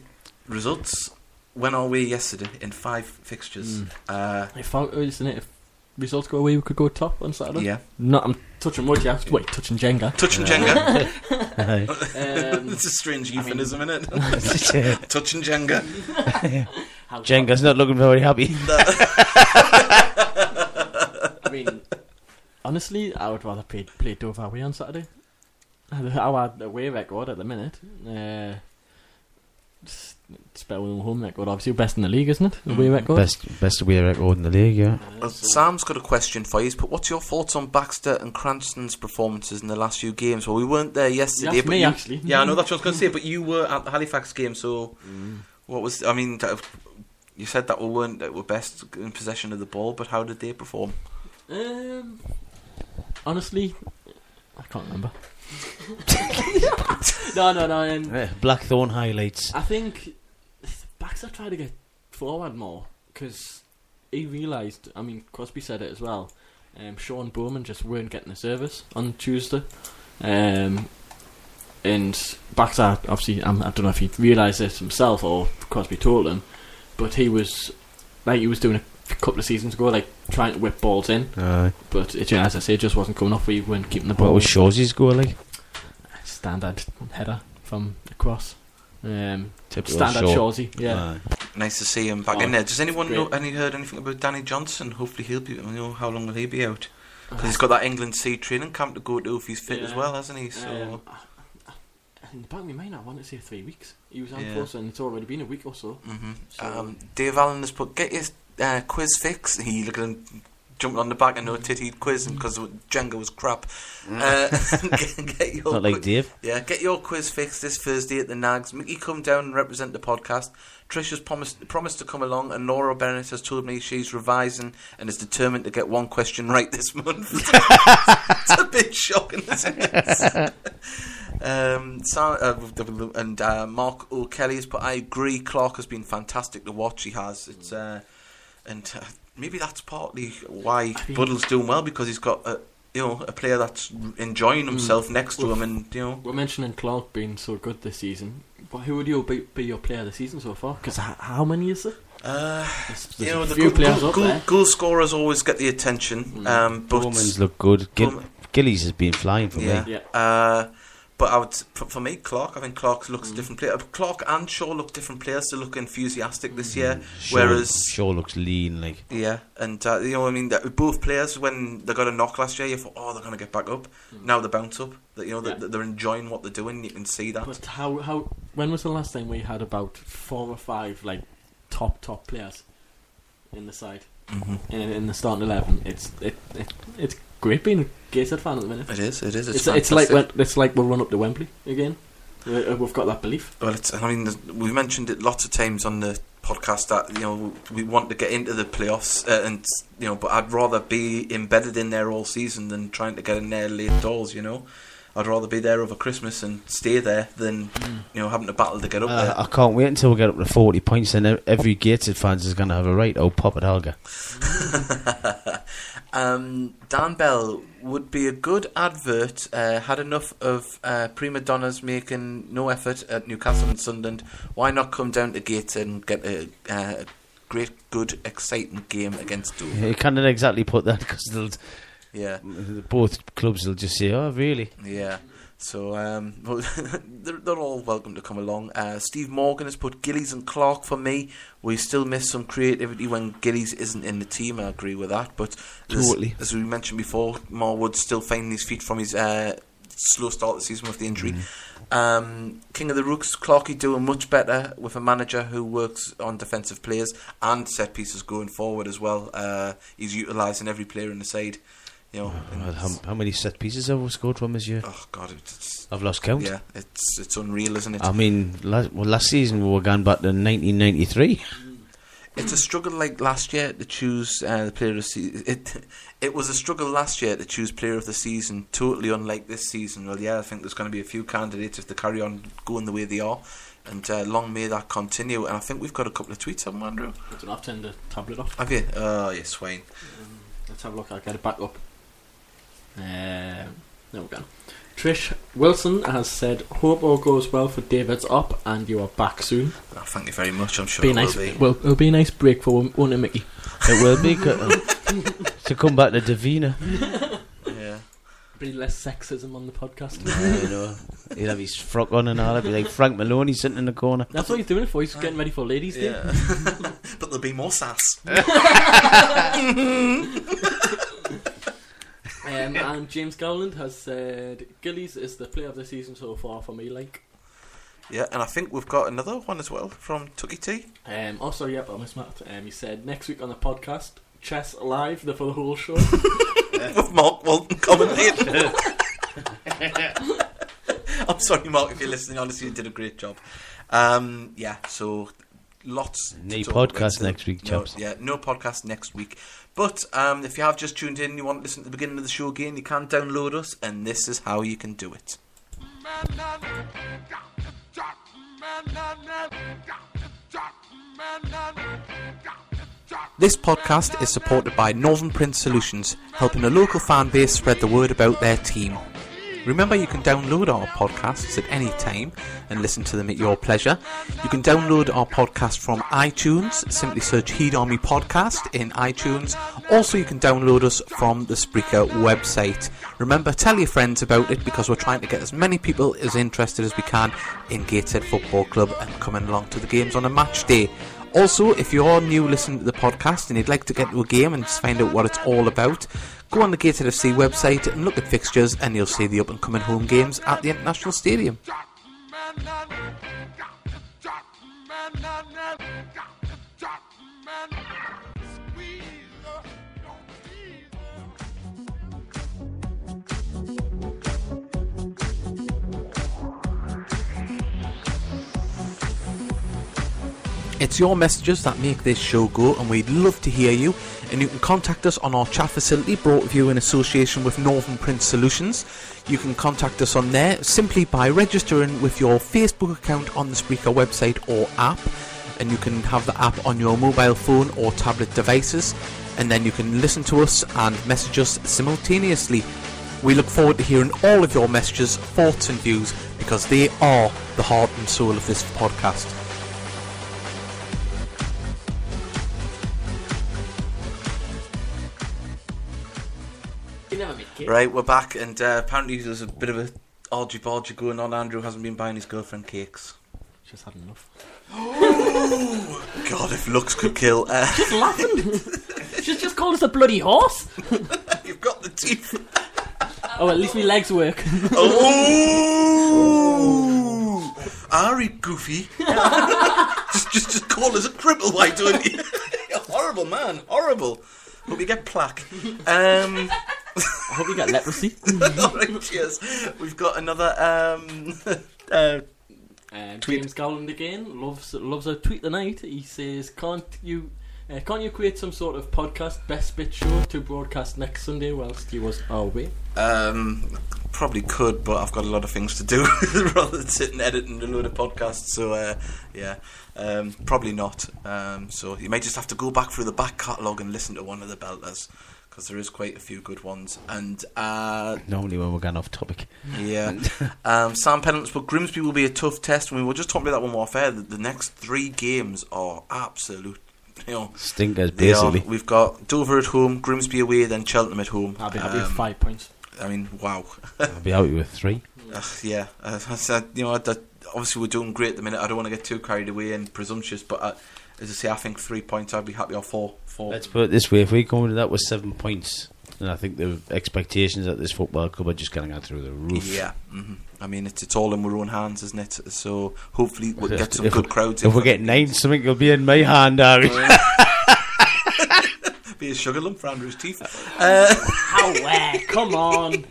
[SPEAKER 1] results went our way yesterday in five fixtures. Uh,
[SPEAKER 3] If I, isn't it? If results go away, we could go top on Saturday.
[SPEAKER 1] yeah.
[SPEAKER 3] No, I'm touching wood. Yeah, wait, touching Jenga.
[SPEAKER 1] Touch and
[SPEAKER 3] *laughs*
[SPEAKER 1] Jenga. Uh,
[SPEAKER 2] *laughs* aye.
[SPEAKER 3] Um,
[SPEAKER 1] *laughs* it's a strange
[SPEAKER 3] I mean-
[SPEAKER 1] euphemism,
[SPEAKER 3] *laughs*
[SPEAKER 1] isn't it? Touch and Jenga.
[SPEAKER 3] how-
[SPEAKER 2] Jenga's not looking very happy.
[SPEAKER 3] I mean, honestly, I would rather play, play Dover away on Saturday. *laughs* Our away record at the minute. Uh, it's it's better than home record, obviously. Best in the league, isn't it? Away record.
[SPEAKER 2] Best best away record in the league. Yeah.
[SPEAKER 1] Well, Sam's got a question for you. He's put, what's your thoughts on Baxter and Cranston's performances in the last few games? Well, we weren't there
[SPEAKER 3] You
[SPEAKER 1] yesterday.
[SPEAKER 3] asked
[SPEAKER 1] but
[SPEAKER 3] me,
[SPEAKER 1] you-
[SPEAKER 3] actually.
[SPEAKER 1] Yeah, I know that's what I was going to say, but you were at the Halifax game, so what was? I mean, that- you said that we weren't that were best in possession of the ball, but how did they perform?
[SPEAKER 3] Um, honestly, I can't remember. no, no, no. Um,
[SPEAKER 2] Eh, Blackthorn highlights.
[SPEAKER 3] I think Baxter tried to get forward more because he realised. I mean, Crosby said it as well. Um, Sean Bowman just weren't getting the service on Tuesday, um, and Baxter obviously. Um, I don't know if he realised this himself or Crosby told him, but he was like he was doing a couple of seasons ago, like trying to whip balls in,
[SPEAKER 2] Aye.
[SPEAKER 3] but it, as I say, it just wasn't coming off. We weren't keeping the
[SPEAKER 2] What
[SPEAKER 3] ball
[SPEAKER 2] was Shawsey's goal like?
[SPEAKER 3] standard header from across. Um,
[SPEAKER 2] Typical
[SPEAKER 3] standard
[SPEAKER 2] Shaw.
[SPEAKER 3] Shawsey,
[SPEAKER 2] Aye.
[SPEAKER 3] yeah.
[SPEAKER 1] Nice to see him back
[SPEAKER 3] Oh,
[SPEAKER 1] in there. Does anyone
[SPEAKER 3] great.
[SPEAKER 1] know? Any heard anything about Danny Johnson? Hopefully he'll be. I don't know how long will he be out? Because he's got that England C training camp to go to if he's fit as
[SPEAKER 3] Uh, Yeah.
[SPEAKER 1] well, hasn't he?
[SPEAKER 3] Um,
[SPEAKER 1] So
[SPEAKER 3] I- I- in the back of my mind, I wanted to say three weeks. He was on
[SPEAKER 1] Yeah.
[SPEAKER 3] course, and it's already been a week or so.
[SPEAKER 1] mhm.
[SPEAKER 3] so-
[SPEAKER 1] um, Dave Allen has put get your uh, quiz fix. He look at him jumping on the back and no titty quiz because Jenga was crap.
[SPEAKER 3] Mm.
[SPEAKER 1] Uh, *laughs*
[SPEAKER 3] *laughs*
[SPEAKER 1] get, get your
[SPEAKER 2] Not like
[SPEAKER 1] quiz-
[SPEAKER 2] Dave.
[SPEAKER 1] Yeah, get your quiz fixed this Thursday at the Nags. Mickey, come down and represent the podcast. Trish has promised, promised to come along, and Laura Bennett has told me she's revising and is determined to get one question right this month. it's a bit shocking, isn't it? *laughs* um, Sam, uh, and uh, Mark O'Kelly has put, I agree, Clark has been fantastic to watch. He has. It's uh, And uh, maybe that's partly why
[SPEAKER 3] think-
[SPEAKER 1] Buddle's doing well because he's got a. You know, a player that's enjoying himself next to him, and you know,
[SPEAKER 3] We're mentioning Clark being so good this season, but who would you be, be your player of the season so far? Because how many is there?
[SPEAKER 1] Uh,
[SPEAKER 3] There's, there's
[SPEAKER 1] you know,
[SPEAKER 3] a
[SPEAKER 1] the
[SPEAKER 3] few
[SPEAKER 1] goal,
[SPEAKER 3] players
[SPEAKER 1] goal,
[SPEAKER 3] up
[SPEAKER 1] goal,
[SPEAKER 3] there.
[SPEAKER 1] goal scorers always get the attention, um, but
[SPEAKER 2] Bowman's look good. Gil-
[SPEAKER 1] Bowman-
[SPEAKER 2] Gillies has been flying for
[SPEAKER 1] yeah,
[SPEAKER 2] me.
[SPEAKER 3] Yeah.
[SPEAKER 1] Uh, but I would for, for me, Clark. I think Clark looks a different player. Clark and Shaw look different players. They look enthusiastic this year,
[SPEAKER 2] Mm. Shaw,
[SPEAKER 1] whereas
[SPEAKER 2] Shaw looks lean. Like
[SPEAKER 1] yeah, and uh, you know, what I mean, that both players when they got a knock last year, you thought, oh, they're going to get back up. Now they bounce up. That you know,
[SPEAKER 3] Yeah.
[SPEAKER 1] that they're enjoying what they're doing. You can see that.
[SPEAKER 3] But how how when was the last time we had about four or five like top top players
[SPEAKER 1] Mm-hmm.
[SPEAKER 3] in the side in, in the starting eleven? It's it, it it's great being Gated fan at the minute.
[SPEAKER 1] It is. It is. It's,
[SPEAKER 3] It's, it's like
[SPEAKER 1] fantastic.
[SPEAKER 3] when, it's like we'll run up to Wembley again. Uh, We've got that belief.
[SPEAKER 1] Well, it's, I mean, there's- we mentioned it lots of times on the podcast that you know we want to get into the playoffs, uh, and you know, but I'd rather be embedded in there all season than trying to get in there late doors. You know, I'd rather be there over Christmas and stay there than you know having to battle to get up
[SPEAKER 2] Uh,
[SPEAKER 1] there.
[SPEAKER 2] I can't wait until we get up to 40 points, and e- every Gated fans is going to have a right old pop at Helga.
[SPEAKER 1] um, Dan Bell would be a good advert. Uh, had enough of uh, prima donnas making no effort at Newcastle and Sunderland. Why not come down to Gate and get a uh, great, good, exciting game against Dover?
[SPEAKER 2] You can't exactly put that because
[SPEAKER 1] Yeah,
[SPEAKER 2] both clubs will just say, oh, really?
[SPEAKER 1] yeah. So um, *laughs* they're, they're all welcome to come along. Uh, Steve Morgan has put Gillies and Clark for me. We still miss some creativity when Gillies isn't in the team. I agree with that, but as-
[SPEAKER 2] Totally.
[SPEAKER 1] as, we mentioned before, Marwood still finding his feet from his uh, slow start of the season with the injury.
[SPEAKER 2] Mm.
[SPEAKER 1] Um, King of the Rooks, Clarkey doing much better with a manager who works on defensive players and set pieces going forward as well. Uh, he's utilising every player in the side. You know, and
[SPEAKER 2] Well, How, how many set pieces have we scored from this year?
[SPEAKER 1] Oh God, it's
[SPEAKER 2] I've lost count.
[SPEAKER 1] yeah, it's it's unreal, isn't it?
[SPEAKER 2] I mean, last, well, last season we were going back to 1993.
[SPEAKER 1] it's a struggle like last year to choose uh, the player of the season. It *laughs* it was a struggle last year to choose player of the season. Totally unlike this season. Well, yeah, I think there's going to be a few candidates if they carry on going the way they are, and uh, long may that continue. And I think we've got a couple of tweets, haven't we, Andrew?
[SPEAKER 3] I don't have to turn the tablet off.
[SPEAKER 1] Have you? Oh yes, Wayne.
[SPEAKER 3] Let's have a look. I'll get it back up. Um, there we go. Trish Wilson has said, "Hope all goes well for David's op, and you are back soon."
[SPEAKER 1] Oh, thank you very much. I'm sure
[SPEAKER 3] be a
[SPEAKER 1] it will
[SPEAKER 3] nice.
[SPEAKER 1] be.
[SPEAKER 3] Well, it'll be a nice break for one- one and Mickey.
[SPEAKER 2] It will be co- to come back to Davina.
[SPEAKER 3] *laughs*
[SPEAKER 1] Yeah.
[SPEAKER 3] Be less sexism on the podcast.
[SPEAKER 2] you know, he'd have his frock on and all. It'd be like Frank Maloney sitting in the corner.
[SPEAKER 3] That's what he's doing it for. He's getting ready for Ladies' Day.
[SPEAKER 1] Yeah. *laughs* but there'll be more sass.
[SPEAKER 3] Um, and James Gowland has said, "Gillies is the player of the season so far for me." Like,
[SPEAKER 1] Yeah, and I think we've got another one as well from Tucky T.
[SPEAKER 3] um, oh sorry, yep, I mismapped. Um, he said next week on the podcast, chess live the for the whole show.
[SPEAKER 1] with Mark Walton
[SPEAKER 2] *laughs*
[SPEAKER 1] commentating. *laughs* I'm sorry, Mark, if you're listening. Honestly, you did a great job. Um, yeah, so lots. to
[SPEAKER 2] No
[SPEAKER 1] talk about
[SPEAKER 2] podcast
[SPEAKER 1] still.
[SPEAKER 2] next week,
[SPEAKER 1] No-
[SPEAKER 2] chaps.
[SPEAKER 1] Yeah, no podcast next week. But um, if you have just tuned in, you want to listen to the beginning of the show again, you can download us, and this is how you can do it. This podcast is supported by Northern Print Solutions, helping the local fan base spread the word about their team. Remember, you can download our podcasts at any time and listen to them at your pleasure. You can download our podcast from iTunes. Simply search Heed Army Podcast in iTunes. Also, you can download us from the Spreaker website. Remember, tell your friends about it because we're trying to get as many people as interested as we can in Gateshead Football Club and coming along to the games on a match day. Also, if you're new listening to the podcast and you'd like to get to a game and just find out what it's all about, go on the Gated FC website and look at fixtures and you'll see the up and coming home games at the International Stadium. It's your messages that make this show go, and we'd love to hear you. And you can contact us on our chat facility brought to you in association with Northern Print Solutions. You can contact us on there simply by registering with your Facebook account on the Spreaker website or app. And you can have the app on your mobile phone or tablet devices. And then you can listen to us and message us simultaneously. We look forward to hearing all of your messages, thoughts, and views because they are the heart and soul of this podcast.
[SPEAKER 3] *laughs* you never make it.
[SPEAKER 1] Right, we're back, and uh, apparently there's a bit of a argy bargy going on. Andrew hasn't been buying his girlfriend cakes.
[SPEAKER 3] Just had enough.
[SPEAKER 1] God, if looks could kill. Uh, *laughs*
[SPEAKER 3] She's laughing. *laughs* She's just called us a bloody horse.
[SPEAKER 1] you've got the teeth.
[SPEAKER 3] Oh, at least my legs work. *laughs*
[SPEAKER 1] Oh! Ari
[SPEAKER 6] *laughs*
[SPEAKER 1] Goofy. just, just, just call us a cripple, why
[SPEAKER 6] *laughs*
[SPEAKER 1] don't you? You're a horrible man, horrible. Hope you get plaque. Um,
[SPEAKER 3] I hope you get leprosy.
[SPEAKER 6] Alright, cheers. We've got another. Um, *laughs* uh,
[SPEAKER 3] Uh,
[SPEAKER 6] Tweet.
[SPEAKER 3] James Garland again loves loves a tweet tonight. He says, "Can't you uh, can't you create some sort of podcast best bit show to broadcast next Sunday whilst he was away?"
[SPEAKER 6] um, probably could, but I've got a lot of things to do *laughs* rather than sit and edit and a load of podcasts. So uh, yeah, um, probably not. Um, so you may just have to go back through the back catalogue and listen to one of the belters because there is quite a few good ones. And uh,
[SPEAKER 2] Normally, when we're going off topic,
[SPEAKER 6] *laughs* Yeah. um, Sam Pennants, but Grimsby will be a tough test. And we were just talking about that one more fair. The, the next three games are absolute. *laughs* You know,
[SPEAKER 2] stinkers
[SPEAKER 6] they are.
[SPEAKER 2] basically.
[SPEAKER 6] We've got Dover at home, Grimsby away, then Cheltenham at home.
[SPEAKER 3] I'll be happy with
[SPEAKER 6] Um,
[SPEAKER 3] five points.
[SPEAKER 6] I mean, wow.
[SPEAKER 2] I'll be out with three.
[SPEAKER 6] Ugh, yeah. Uh, I said, you know, I, that- obviously we're doing great at the minute. I don't want to get too carried away and presumptuous, but uh as I say, I think three points. I'd be happy or four. Four.
[SPEAKER 2] Let's put it this way: if we come into that with seven points, then I think the expectations at this football club are just going to go through the roof.
[SPEAKER 6] yeah. hmm I mean, it's, it's all in our own hands, isn't it? So hopefully
[SPEAKER 3] *laughs*
[SPEAKER 6] we'll
[SPEAKER 2] If-
[SPEAKER 6] get some
[SPEAKER 2] if-
[SPEAKER 6] good crowds.
[SPEAKER 2] If
[SPEAKER 6] in
[SPEAKER 2] we
[SPEAKER 6] for
[SPEAKER 2] get
[SPEAKER 6] the
[SPEAKER 2] nine,
[SPEAKER 6] games.
[SPEAKER 2] something will be in my hand, Harry.
[SPEAKER 6] be a sugar lump for Andrew's teeth. Uh,
[SPEAKER 3] How where? Come *laughs* on!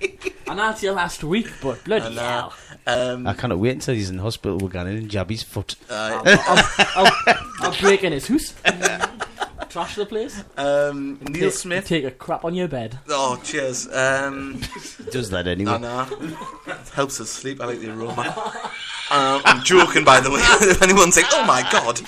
[SPEAKER 3] I know it's your last week, but bloody
[SPEAKER 6] And, uh,
[SPEAKER 3] hell!
[SPEAKER 6] *laughs* um,
[SPEAKER 2] I cannot wait until he's in hospital. We're going in and jab his foot.
[SPEAKER 6] uh,
[SPEAKER 3] I'll break in Oh, his *laughs* house, trash the place,
[SPEAKER 6] um, Neil
[SPEAKER 3] take-
[SPEAKER 6] Smith.
[SPEAKER 3] take a crap on your bed.
[SPEAKER 6] Oh, cheers. Um,
[SPEAKER 2] Does that
[SPEAKER 6] I
[SPEAKER 2] anyway?
[SPEAKER 6] know. Helps us sleep. I like the aroma. Um, I'm joking, by the way. *laughs* if anyone's like, oh my god,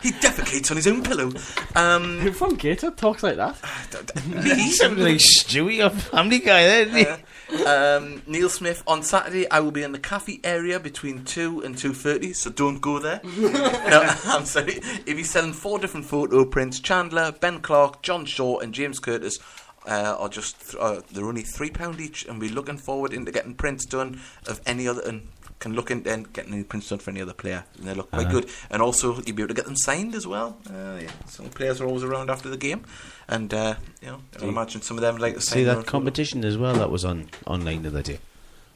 [SPEAKER 6] he defecates on his own pillow. Um,
[SPEAKER 3] Who from Gator talks like that?
[SPEAKER 6] d-
[SPEAKER 2] *laughs*
[SPEAKER 6] d-
[SPEAKER 2] He's something like Stewie or Family Guy, isn't he?
[SPEAKER 6] um, Neil Smith on Saturday. I will be in the cafe area between two and two thirty, so don't go there. no, *laughs* I'm sorry. If he's selling four different photo prints, Chandler, Ben Clark, John Shaw, and James Curtis. Uh, are just th- uh, they're only three pound each, and we're looking forward into getting prints done of any other and can look into and getting any prints done for any other player, and they look quite
[SPEAKER 2] Uh-huh.
[SPEAKER 6] good. And also, you'll be able to get them signed as well. Uh, yeah, some players are always around after the game, and uh, you know, I imagine some of them like to
[SPEAKER 2] See
[SPEAKER 6] sign their
[SPEAKER 2] that
[SPEAKER 6] own photo.
[SPEAKER 2] competition as well that was on online the other day,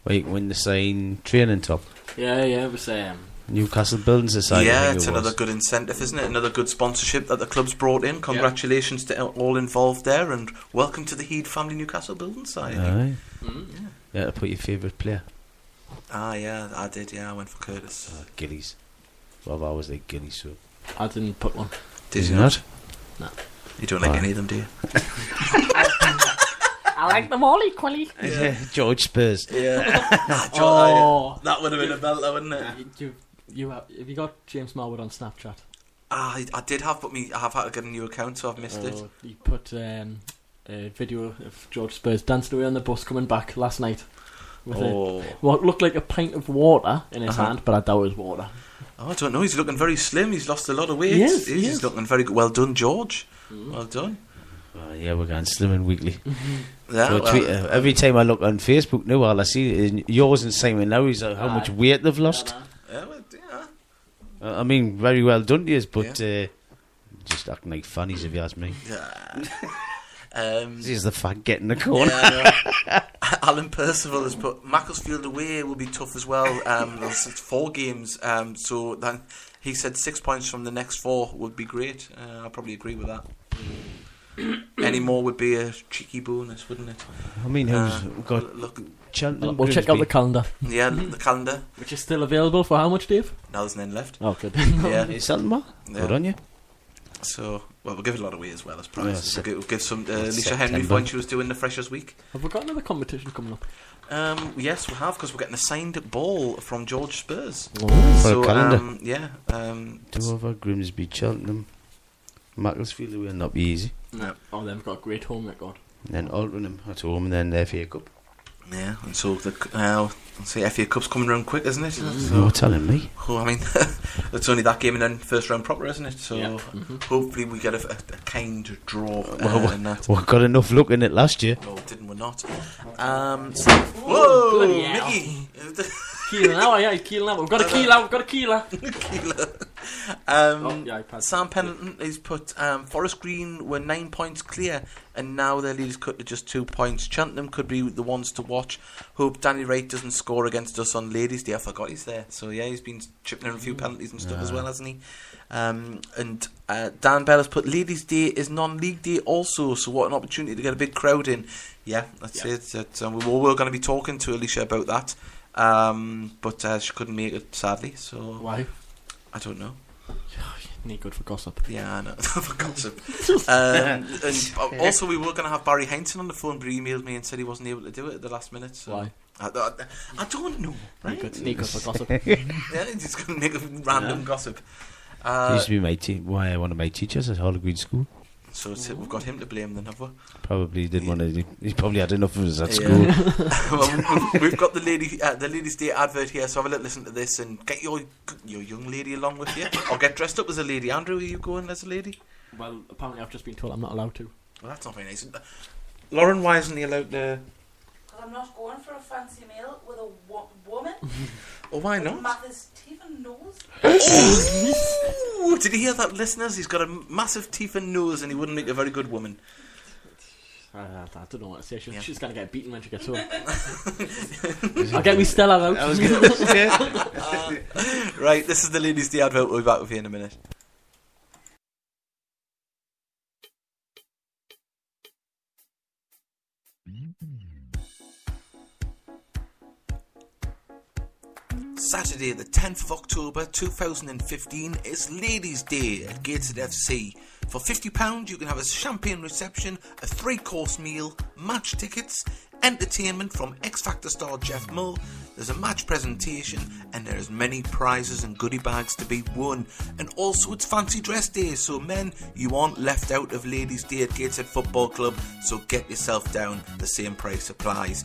[SPEAKER 2] where you can win the sign training top
[SPEAKER 3] Yeah, yeah, it was um,
[SPEAKER 2] Newcastle Building Society. I
[SPEAKER 6] yeah,
[SPEAKER 2] think
[SPEAKER 6] it's
[SPEAKER 2] it was.
[SPEAKER 6] another good incentive, isn't it? Another good sponsorship that the club's brought in. Congratulations to all involved there, and welcome to the Heed Family Newcastle Building Society.
[SPEAKER 2] Aye.
[SPEAKER 3] mm,
[SPEAKER 2] Yeah, to put your favourite player,
[SPEAKER 6] Ah, yeah, I did. Yeah, I went for Curtis.
[SPEAKER 2] uh, Gillies. Well, I've always liked Gillies. So
[SPEAKER 3] I didn't put one.
[SPEAKER 6] Did
[SPEAKER 2] Is
[SPEAKER 6] you
[SPEAKER 2] it
[SPEAKER 6] *laughs* not?
[SPEAKER 3] not? No.
[SPEAKER 6] You don't like
[SPEAKER 2] Aye.
[SPEAKER 6] any of them, do you?
[SPEAKER 4] I like them all equally.
[SPEAKER 2] Yeah, George Spurs.
[SPEAKER 6] *laughs* Yeah.
[SPEAKER 3] Oh.
[SPEAKER 6] That would have been a belter, wouldn't it?
[SPEAKER 3] You, you, you have, have you got James Marwood on Snapchat?
[SPEAKER 6] Ah, I, I did have, but me, I have had to get a new account, so I've missed it.
[SPEAKER 3] Oh, he put um, a video of George Spurs dancing away on the bus coming back last night with a,
[SPEAKER 6] Oh.
[SPEAKER 3] what looked like a pint of water in his
[SPEAKER 6] Uh-huh.
[SPEAKER 3] hand, but I doubt it was water.
[SPEAKER 6] oh, I don't know. He's looking very slim. He's lost a lot of weight.
[SPEAKER 3] He is, he
[SPEAKER 6] he's
[SPEAKER 3] is.
[SPEAKER 6] looking very good. Well done, George. Well done.
[SPEAKER 2] Oh, yeah, we're going slim and
[SPEAKER 6] *laughs*
[SPEAKER 2] weekly.
[SPEAKER 6] Yeah,
[SPEAKER 2] So
[SPEAKER 6] Oh, well,
[SPEAKER 2] tweet, uh, every time I look on Facebook now, all I see is yours and Simon now is uh, how
[SPEAKER 3] Aye.
[SPEAKER 2] much weight they've lost.
[SPEAKER 6] yeah, Oh, well, yeah.
[SPEAKER 2] Uh, I mean, very well done to you, but uh, just acting like fannies if you ask me.
[SPEAKER 6] Yeah. um,
[SPEAKER 2] This is the fag getting the corner.
[SPEAKER 6] Yeah, I know. Alan Percival has put Macclesfield away will be tough as well. Um, there's four games, um, so that he said six points from the next four would be great. Uh, I probably agree with that. Any more would be a cheeky bonus, wouldn't it?
[SPEAKER 2] *laughs* I mean, who's
[SPEAKER 6] Uh,
[SPEAKER 2] got
[SPEAKER 6] Look,
[SPEAKER 2] Cheltenham?
[SPEAKER 3] We'll check out the
[SPEAKER 2] Grimsby?
[SPEAKER 3] calendar,
[SPEAKER 6] yeah, *laughs* the calendar.
[SPEAKER 3] which is still available for how much, Dave?
[SPEAKER 6] Now there's none left.
[SPEAKER 3] Oh, *laughs* good.
[SPEAKER 6] Yeah,
[SPEAKER 2] Is that more?
[SPEAKER 6] Yeah.
[SPEAKER 2] Good on you.
[SPEAKER 6] so well, we'll give it a lot away as well as
[SPEAKER 2] Yeah,
[SPEAKER 6] prizes.
[SPEAKER 2] Sep-
[SPEAKER 6] we'll, give, we'll give some to uh, Alicia
[SPEAKER 2] September.
[SPEAKER 6] Henry for when she was doing the Freshers Week.
[SPEAKER 3] have we got another competition coming up?
[SPEAKER 6] Um, yes, we have because we're getting a signed ball from George Spurs.
[SPEAKER 2] For a
[SPEAKER 6] so
[SPEAKER 2] calendar.
[SPEAKER 6] um, yeah, um,
[SPEAKER 2] Two over Grimsby, Cheltenham, Macclesfield will not be easy.
[SPEAKER 6] No.
[SPEAKER 3] Oh, they've got a great home record.
[SPEAKER 2] And then Altonham at home, and then their FA Cup.
[SPEAKER 6] Yeah, and so the uh, see FA Cup's coming around quick, isn't it?
[SPEAKER 2] You're
[SPEAKER 6] So,
[SPEAKER 2] telling me?
[SPEAKER 6] oh, I mean, *laughs* it's only that game and then first round proper, isn't it? So
[SPEAKER 3] Yep. Mhm.
[SPEAKER 6] hopefully we get a, a, a kind draw uh,
[SPEAKER 2] Mm-hmm. Well, well-
[SPEAKER 6] in that.
[SPEAKER 2] Well, got enough luck in it last year.
[SPEAKER 6] No, didn't we
[SPEAKER 2] *laughs*
[SPEAKER 6] not? Um, so- whoa,
[SPEAKER 3] bloody hell.
[SPEAKER 6] Mickey! *laughs*
[SPEAKER 3] Keeler now, aye, aye, Keeler now. We've got a Keeler, we've got a Keeler.
[SPEAKER 6] Um,
[SPEAKER 3] Oh, yeah, I passed.
[SPEAKER 6] Sam Pendleton has put um, Forest Green were nine points clear, and now their lead is cut to just two points. Cheltenham could be the ones to watch. Hope Danny Wright doesn't score against us on Ladies' Day. I forgot he's there. So yeah, he's been chipping in a few penalties and stuff as well, hasn't he? Um, and uh, Dan Bell has put Ladies' Day is non-league day also. So what an opportunity to get a big crowd in. Yeah, that's
[SPEAKER 3] Yeah.
[SPEAKER 6] it. That's, um, we were, we were going to be talking to Alicia about that, um, but uh, she couldn't make it sadly. So
[SPEAKER 3] Why?
[SPEAKER 6] I don't know.
[SPEAKER 3] Need good for gossip.
[SPEAKER 6] Yeah, I know. *laughs* For gossip.
[SPEAKER 3] *laughs*
[SPEAKER 6] Um, and uh, also, we were going to have Barry Heinsohn on the phone, but he emailed me and said he wasn't able to do it at the last minute. So
[SPEAKER 3] Why?
[SPEAKER 6] I, I, I don't know.
[SPEAKER 3] Need
[SPEAKER 6] Right?
[SPEAKER 3] good, need good for gossip.
[SPEAKER 6] yeah, he's going to make a random
[SPEAKER 3] Yeah.
[SPEAKER 6] gossip.
[SPEAKER 2] he
[SPEAKER 6] Uh,
[SPEAKER 2] used to be my te- why one of my teachers at Hollow Green School.
[SPEAKER 6] so it's, we've got him to blame
[SPEAKER 3] *laughs*
[SPEAKER 6] then, have we? *laughs*
[SPEAKER 2] Probably didn't want to. He probably had enough of us at
[SPEAKER 6] Yeah. *laughs*
[SPEAKER 2] school.
[SPEAKER 6] well, *laughs* we've- we've got the lady, uh, the ladies' day advert here. So have a little listen to this and get your your young lady along with you, or get dressed up as a lady. Andrew, are you going as a lady?
[SPEAKER 3] well, apparently I've just been told I'm not allowed to.
[SPEAKER 6] Well, that's not very nice. Lauren, why isn't he allowed to?
[SPEAKER 7] Because I'm not going for a fancy meal with a wo- woman.
[SPEAKER 6] *laughs* Well, why not?
[SPEAKER 7] Mathis Stephen knows.
[SPEAKER 6] Ooh, Oh, did you hear that, listeners? He's got a massive teeth and nose, and he wouldn't make a very good woman.
[SPEAKER 3] I, I, Uh, I don't know what to say. She's,
[SPEAKER 6] Yeah.
[SPEAKER 3] she's gonna get beaten when she gets
[SPEAKER 6] *laughs*
[SPEAKER 3] home. I'll get me Stella out.
[SPEAKER 6] Right, this is the Ladies' Day advert. We'll be back with you in a minute. Saturday, the 10th of October 2015, is Ladies' Day at Gated FC. For £50, you can have a champagne reception, a three course meal, match tickets, entertainment from X Factor star Jeff Mull, there's a match presentation, and there's many prizes and goodie bags to be won. And also, it's Fancy Dress Day, so men, you aren't left out of Ladies' Day at Gateshead Football Club, so get yourself down, the same price applies.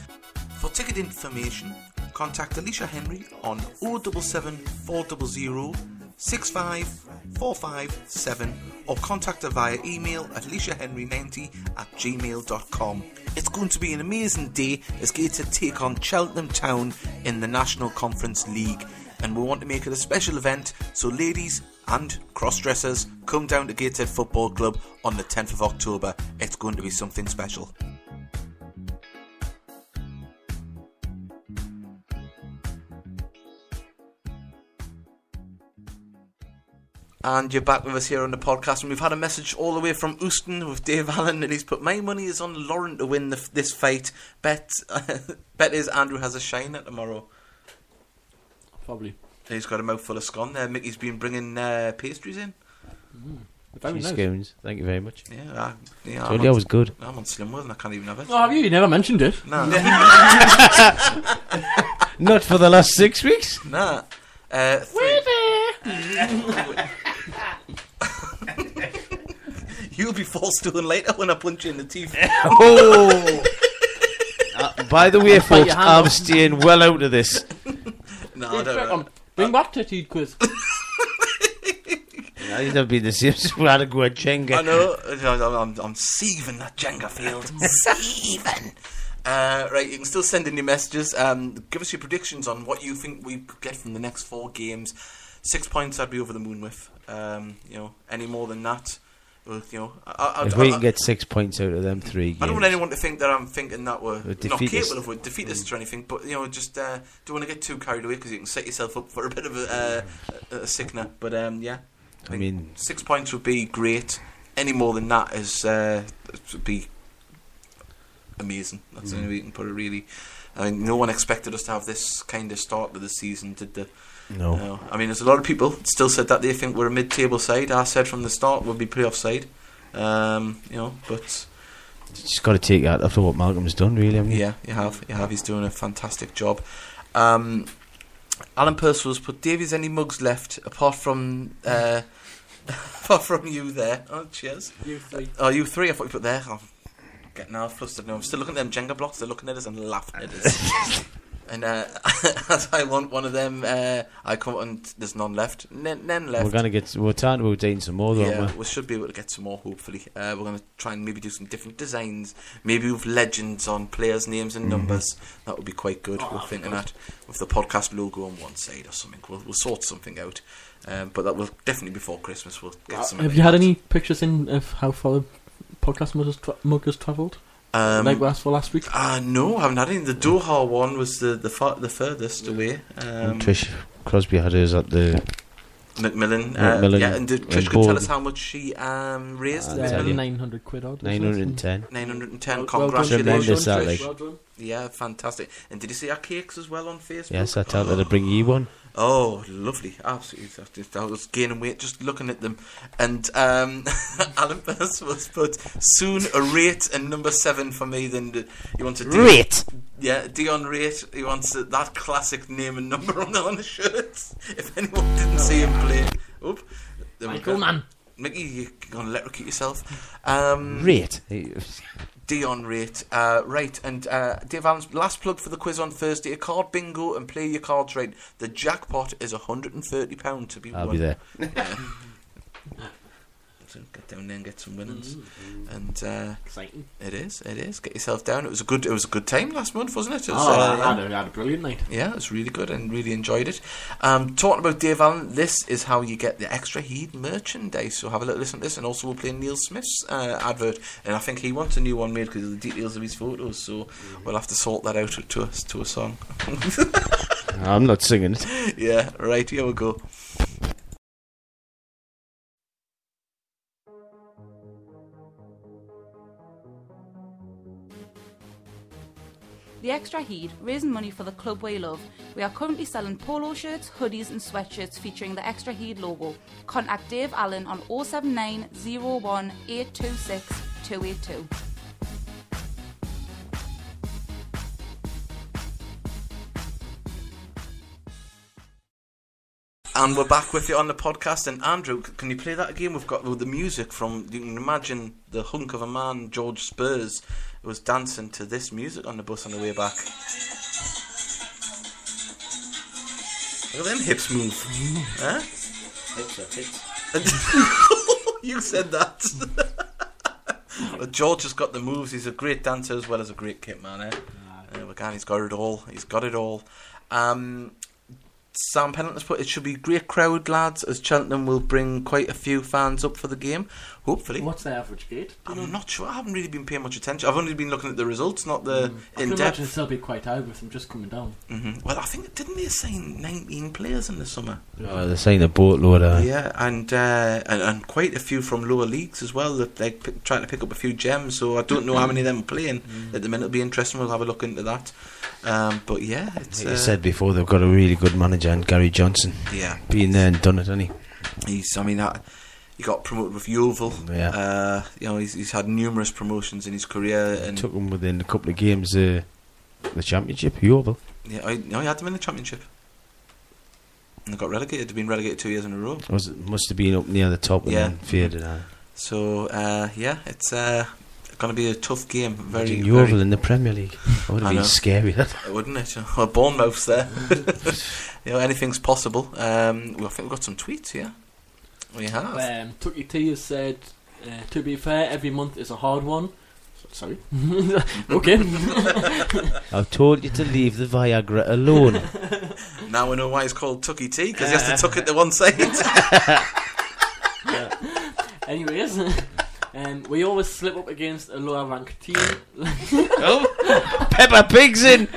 [SPEAKER 6] For ticket information, contact Alicia Henry on 077 400 65457 or contact her via email at aliciahenry90 at gmail.com. It's going to be an amazing day as Gator take on Cheltenham Town in the National Conference League and we want to make it a special event so ladies and cross-dressers come down to Gated Football Club on the 10th of October. It's going to be something special. And you're back with us here on the podcast, and we've had a message all the way from Houston with Dave Allen, and he's put, "My money is on Lauren to win the, this fight. Bet, *laughs* bet is Andrew has a shiner tomorrow.
[SPEAKER 3] *laughs* Probably.
[SPEAKER 6] He's got a mouthful of scone there. Mickey's been bringing uh, pastries in.
[SPEAKER 3] Very
[SPEAKER 2] Few
[SPEAKER 3] nice.
[SPEAKER 2] scones. Thank you very much.
[SPEAKER 6] Yeah, I, yeah.
[SPEAKER 2] Told
[SPEAKER 6] I'm
[SPEAKER 2] you I
[SPEAKER 6] on,
[SPEAKER 2] was good.
[SPEAKER 6] I'm on Slimworth, and I can't even have it.
[SPEAKER 3] Oh, have you? You never mentioned it.
[SPEAKER 6] Nah,
[SPEAKER 2] Not for the last six *laughs* weeks.
[SPEAKER 6] *laughs* nah. Uh, three- *laughs* You'll be forced to in later when I punch you in the teeth.
[SPEAKER 2] Oh. Uh, by the way,
[SPEAKER 3] bite
[SPEAKER 2] folks,
[SPEAKER 3] your hand
[SPEAKER 2] I'm
[SPEAKER 3] off.
[SPEAKER 2] staying well out of this.
[SPEAKER 6] no, I don't.
[SPEAKER 2] *laughs*
[SPEAKER 6] know.
[SPEAKER 3] Um, bring back tattooed quiz.
[SPEAKER 2] I'd have been the same. So we had to go at
[SPEAKER 6] I
[SPEAKER 2] Chenga.
[SPEAKER 6] know. *laughs* I'm, I'm, I'm seething that Jenga field. seething. Uh, right, you can still send in your messages. Um, give us your predictions on what you think we could get from the next four games. Six points, I'd be over the moon with. Um, you know, any more than that, well, you know, I, I, I,
[SPEAKER 2] If we
[SPEAKER 6] I-
[SPEAKER 2] can get six points out of them three
[SPEAKER 6] I don't want
[SPEAKER 2] games,
[SPEAKER 6] anyone to think that I'm thinking that we're
[SPEAKER 2] We're
[SPEAKER 6] not
[SPEAKER 2] defeatists.
[SPEAKER 6] capable of we're defeatists or anything. But you know, just uh, don't want to get too carried away because you can set yourself up for a bit of a, uh, a, a sickener. But um, yeah,
[SPEAKER 2] I mean,
[SPEAKER 6] six points would be great. Any more than that is uh, would be amazing. That's the only way you can put it. Really, I mean, no one expected us to have this kind of start to the season, did they?
[SPEAKER 2] no.
[SPEAKER 6] No. I mean, there's a lot of people still said that they think we're a mid-table side. I said from the start we'll be playoff side. Um, you know, but
[SPEAKER 2] Just got to take that after what Malcolm's done, really. haven't you?
[SPEAKER 6] yeah, you have, you have. He's doing a fantastic job. Um, Alan Purcell's put Davies any mugs left apart from uh, *laughs* apart from you there. Oh, cheers.
[SPEAKER 3] you three.
[SPEAKER 6] Oh, you three. I thought you
[SPEAKER 3] *laughs*
[SPEAKER 6] put there. I'm getting half flustered now. I'm still looking at them Jenga blocks. They're looking at us and laughing at us. And uh, *laughs* as I want one of them, uh, I come and there's none left. None none left.
[SPEAKER 2] We're gonna get. We're talking about dating some more, though,
[SPEAKER 6] yeah,
[SPEAKER 2] aren't
[SPEAKER 6] we should be able to get some more, hopefully. Uh, we're going to try and maybe do some different designs, maybe with legends on players' names
[SPEAKER 2] Mm-hmm.
[SPEAKER 6] and numbers. That would be quite
[SPEAKER 3] Oh,
[SPEAKER 6] good. we're thinking that with the podcast logo on one side or something. We'll, we'll sort something out. Um, but that will definitely before Christmas. We'll get some.
[SPEAKER 3] Uh, Have you had any pictures in of how far the podcast mug has, tra- mug has travelled?
[SPEAKER 6] Um,
[SPEAKER 3] like we asked for last week.
[SPEAKER 6] uh, no, I haven't had any. The Doha one was the the, far, the furthest away.
[SPEAKER 2] we?
[SPEAKER 6] Um,
[SPEAKER 2] Trish Crosby had hers at the.
[SPEAKER 6] Macmillan. Uh,
[SPEAKER 2] Macmillan
[SPEAKER 6] Yeah, and did,
[SPEAKER 2] and
[SPEAKER 6] Trish could tell
[SPEAKER 2] Gordon.
[SPEAKER 6] us how much she um, raised.
[SPEAKER 2] I'll
[SPEAKER 6] Macmillan?
[SPEAKER 2] tell you.
[SPEAKER 3] 900 quid odd. wasn't it?
[SPEAKER 2] 910.
[SPEAKER 6] 910.
[SPEAKER 3] Well- well done,
[SPEAKER 6] Congratulations.
[SPEAKER 2] Tremendous, that,
[SPEAKER 3] Trish,
[SPEAKER 2] like.
[SPEAKER 3] well done.
[SPEAKER 6] Yeah, fantastic. And did you see our cakes as well on Facebook?
[SPEAKER 2] Yes, I told her to bring you one.
[SPEAKER 6] Oh, lovely. Absolutely. I just- I was gaining weight just looking at them. And um, *laughs* Alan Burst was put soon a rate and number seven for me. Then the- he wants a Dion, Yeah, Dion Rate. He wants a, that classic name and number on the, on the shirts. *laughs* If anyone didn't see him play. Oop. There we
[SPEAKER 3] Michael
[SPEAKER 6] go.
[SPEAKER 3] Mann.
[SPEAKER 6] Mickey, you're going to electrocute yourself. Um,
[SPEAKER 2] Rate.
[SPEAKER 6] Dion Rate. Uh, right, and uh, Dave Allen's last plug for the quiz on Thursday a card bingo and play your cards right. The jackpot is £130 to be won.
[SPEAKER 2] I'll be there.
[SPEAKER 6] So get down there and get some winnings. And uh,
[SPEAKER 3] Exciting.
[SPEAKER 6] it is, it is. Get yourself down. It was a good, it was a good time last month, wasn't it? It was,
[SPEAKER 3] Oh,
[SPEAKER 6] uh,
[SPEAKER 3] I had a, I had a brilliant night.
[SPEAKER 6] Yeah, it was really good and really enjoyed it. Um, talking about Dave Allen, this is how you get the extra Heed merchandise. So have a little listen to this, and also we'll play Neil Smith's uh, advert. And I think he wants a new one made because of the details of his photos. So we'll have to sort that out to us to a song. *laughs*
[SPEAKER 2] I'm not singing it.
[SPEAKER 6] yeah, right. Here we go.
[SPEAKER 8] The Extra Heed, raising money for the club we love. We are currently selling polo shirts, hoodies, and sweatshirts featuring the Extra Heed logo. Contact Dave Allen on 079 01 826 282.
[SPEAKER 6] And we're back with you on the podcast. And Andrew, c- can you play that again? We've got the the music from. You can imagine the hunk of a man, George Spurs, was dancing to this music on the bus on the way back. Look at them hips move. Huh? *laughs* you said that. *laughs* But George has got the moves. He's a great dancer as well as a great kit man. Eh? Uh, again, he's got it all. He's got it all. Um, Sam Pennant has put it should be a great crowd, lads, as Cheltenham will bring quite a few fans up for the game. Hopefully.
[SPEAKER 3] What's the average gate?
[SPEAKER 6] I'm not sure. I haven't really been paying much attention. I've only been looking at the results, not the
[SPEAKER 3] I can
[SPEAKER 6] in depth.
[SPEAKER 3] imagine it'll still be quite high with them just coming down.
[SPEAKER 6] Mhm. Well, I think didn't they assign 19 players in the summer?
[SPEAKER 2] Oh, they're saying a boatload. Uh,
[SPEAKER 6] Yeah, and, uh, and and quite a few from lower leagues as well. That like p- trying to pick up a few gems. Um, So I don't know how many of them are playing at the minute. It'll be interesting. We'll have a look into that. Um, but yeah, it's
[SPEAKER 2] Like I
[SPEAKER 6] uh,
[SPEAKER 2] said before, they've got a really good manager, and Gary Johnson.
[SPEAKER 6] yeah.
[SPEAKER 2] Been there and done it, hasn't he?
[SPEAKER 6] uh, He's, I mean, I, he got promoted with Yeovil.
[SPEAKER 2] Yeah.
[SPEAKER 6] Uh, you know, he's, he's had numerous promotions in his career, and
[SPEAKER 2] Took them within a couple of games uh, the championship, Yeovil.
[SPEAKER 6] yeah, I, no, he had them in the championship. And they got relegated. They've been relegated two years in a row.
[SPEAKER 2] Was it must have been up near the top and
[SPEAKER 6] Yeah.
[SPEAKER 2] then faded. Uh,
[SPEAKER 6] So uh, yeah, it's uh, going to be a tough game. Very,
[SPEAKER 2] Imagine
[SPEAKER 6] very-
[SPEAKER 2] Yeovil in the Premier
[SPEAKER 6] *laughs*
[SPEAKER 2] League. That would
[SPEAKER 6] I
[SPEAKER 2] have been
[SPEAKER 6] know.
[SPEAKER 2] scary. That.
[SPEAKER 6] wouldn't it? *laughs* Well, Bournemouth's
[SPEAKER 2] *laughs*
[SPEAKER 6] there. you know, anything's possible. Um, well, I think we've got some tweets here. We have.
[SPEAKER 3] Um, Tucky T has said, uh, to be fair, every month is a hard one. Sorry. *laughs* okay. *laughs*
[SPEAKER 2] I've told you to leave the Viagra
[SPEAKER 6] *laughs*
[SPEAKER 2] alone.
[SPEAKER 6] Now we know why it's called Tucky T because he has to tuck it to one side.
[SPEAKER 3] Anyways, *laughs* um, we always slip up against a lower ranked team. *laughs*
[SPEAKER 2] oh, Peppa Pig's in.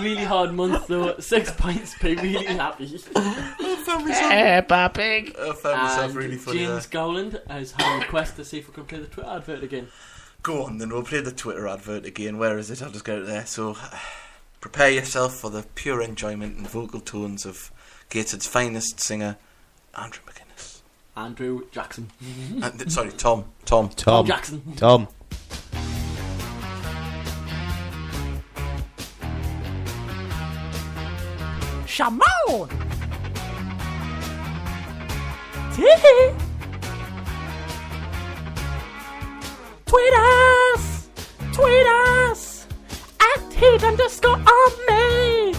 [SPEAKER 3] really hard month though. Six *laughs* points made me really happy.
[SPEAKER 6] I found myself,
[SPEAKER 2] Peppa Pig.
[SPEAKER 6] I found myself
[SPEAKER 3] And
[SPEAKER 6] really funny. there.
[SPEAKER 3] James Gowland has had a request to see if we can play the Twitter advert again.
[SPEAKER 6] Go on then, we'll play the Twitter advert again. Where is it? I'll just go there. So, *sighs* prepare yourself for the pure enjoyment and vocal tones of Gated's finest singer, Andrew McInnes.
[SPEAKER 3] Andrew Jackson.
[SPEAKER 6] Uh, th- sorry, Tom. Tom.
[SPEAKER 2] Tom.
[SPEAKER 3] Jackson.
[SPEAKER 2] Tom.
[SPEAKER 4] Shamon! Tee! Tweet us! Tweet us! At heat underscore army.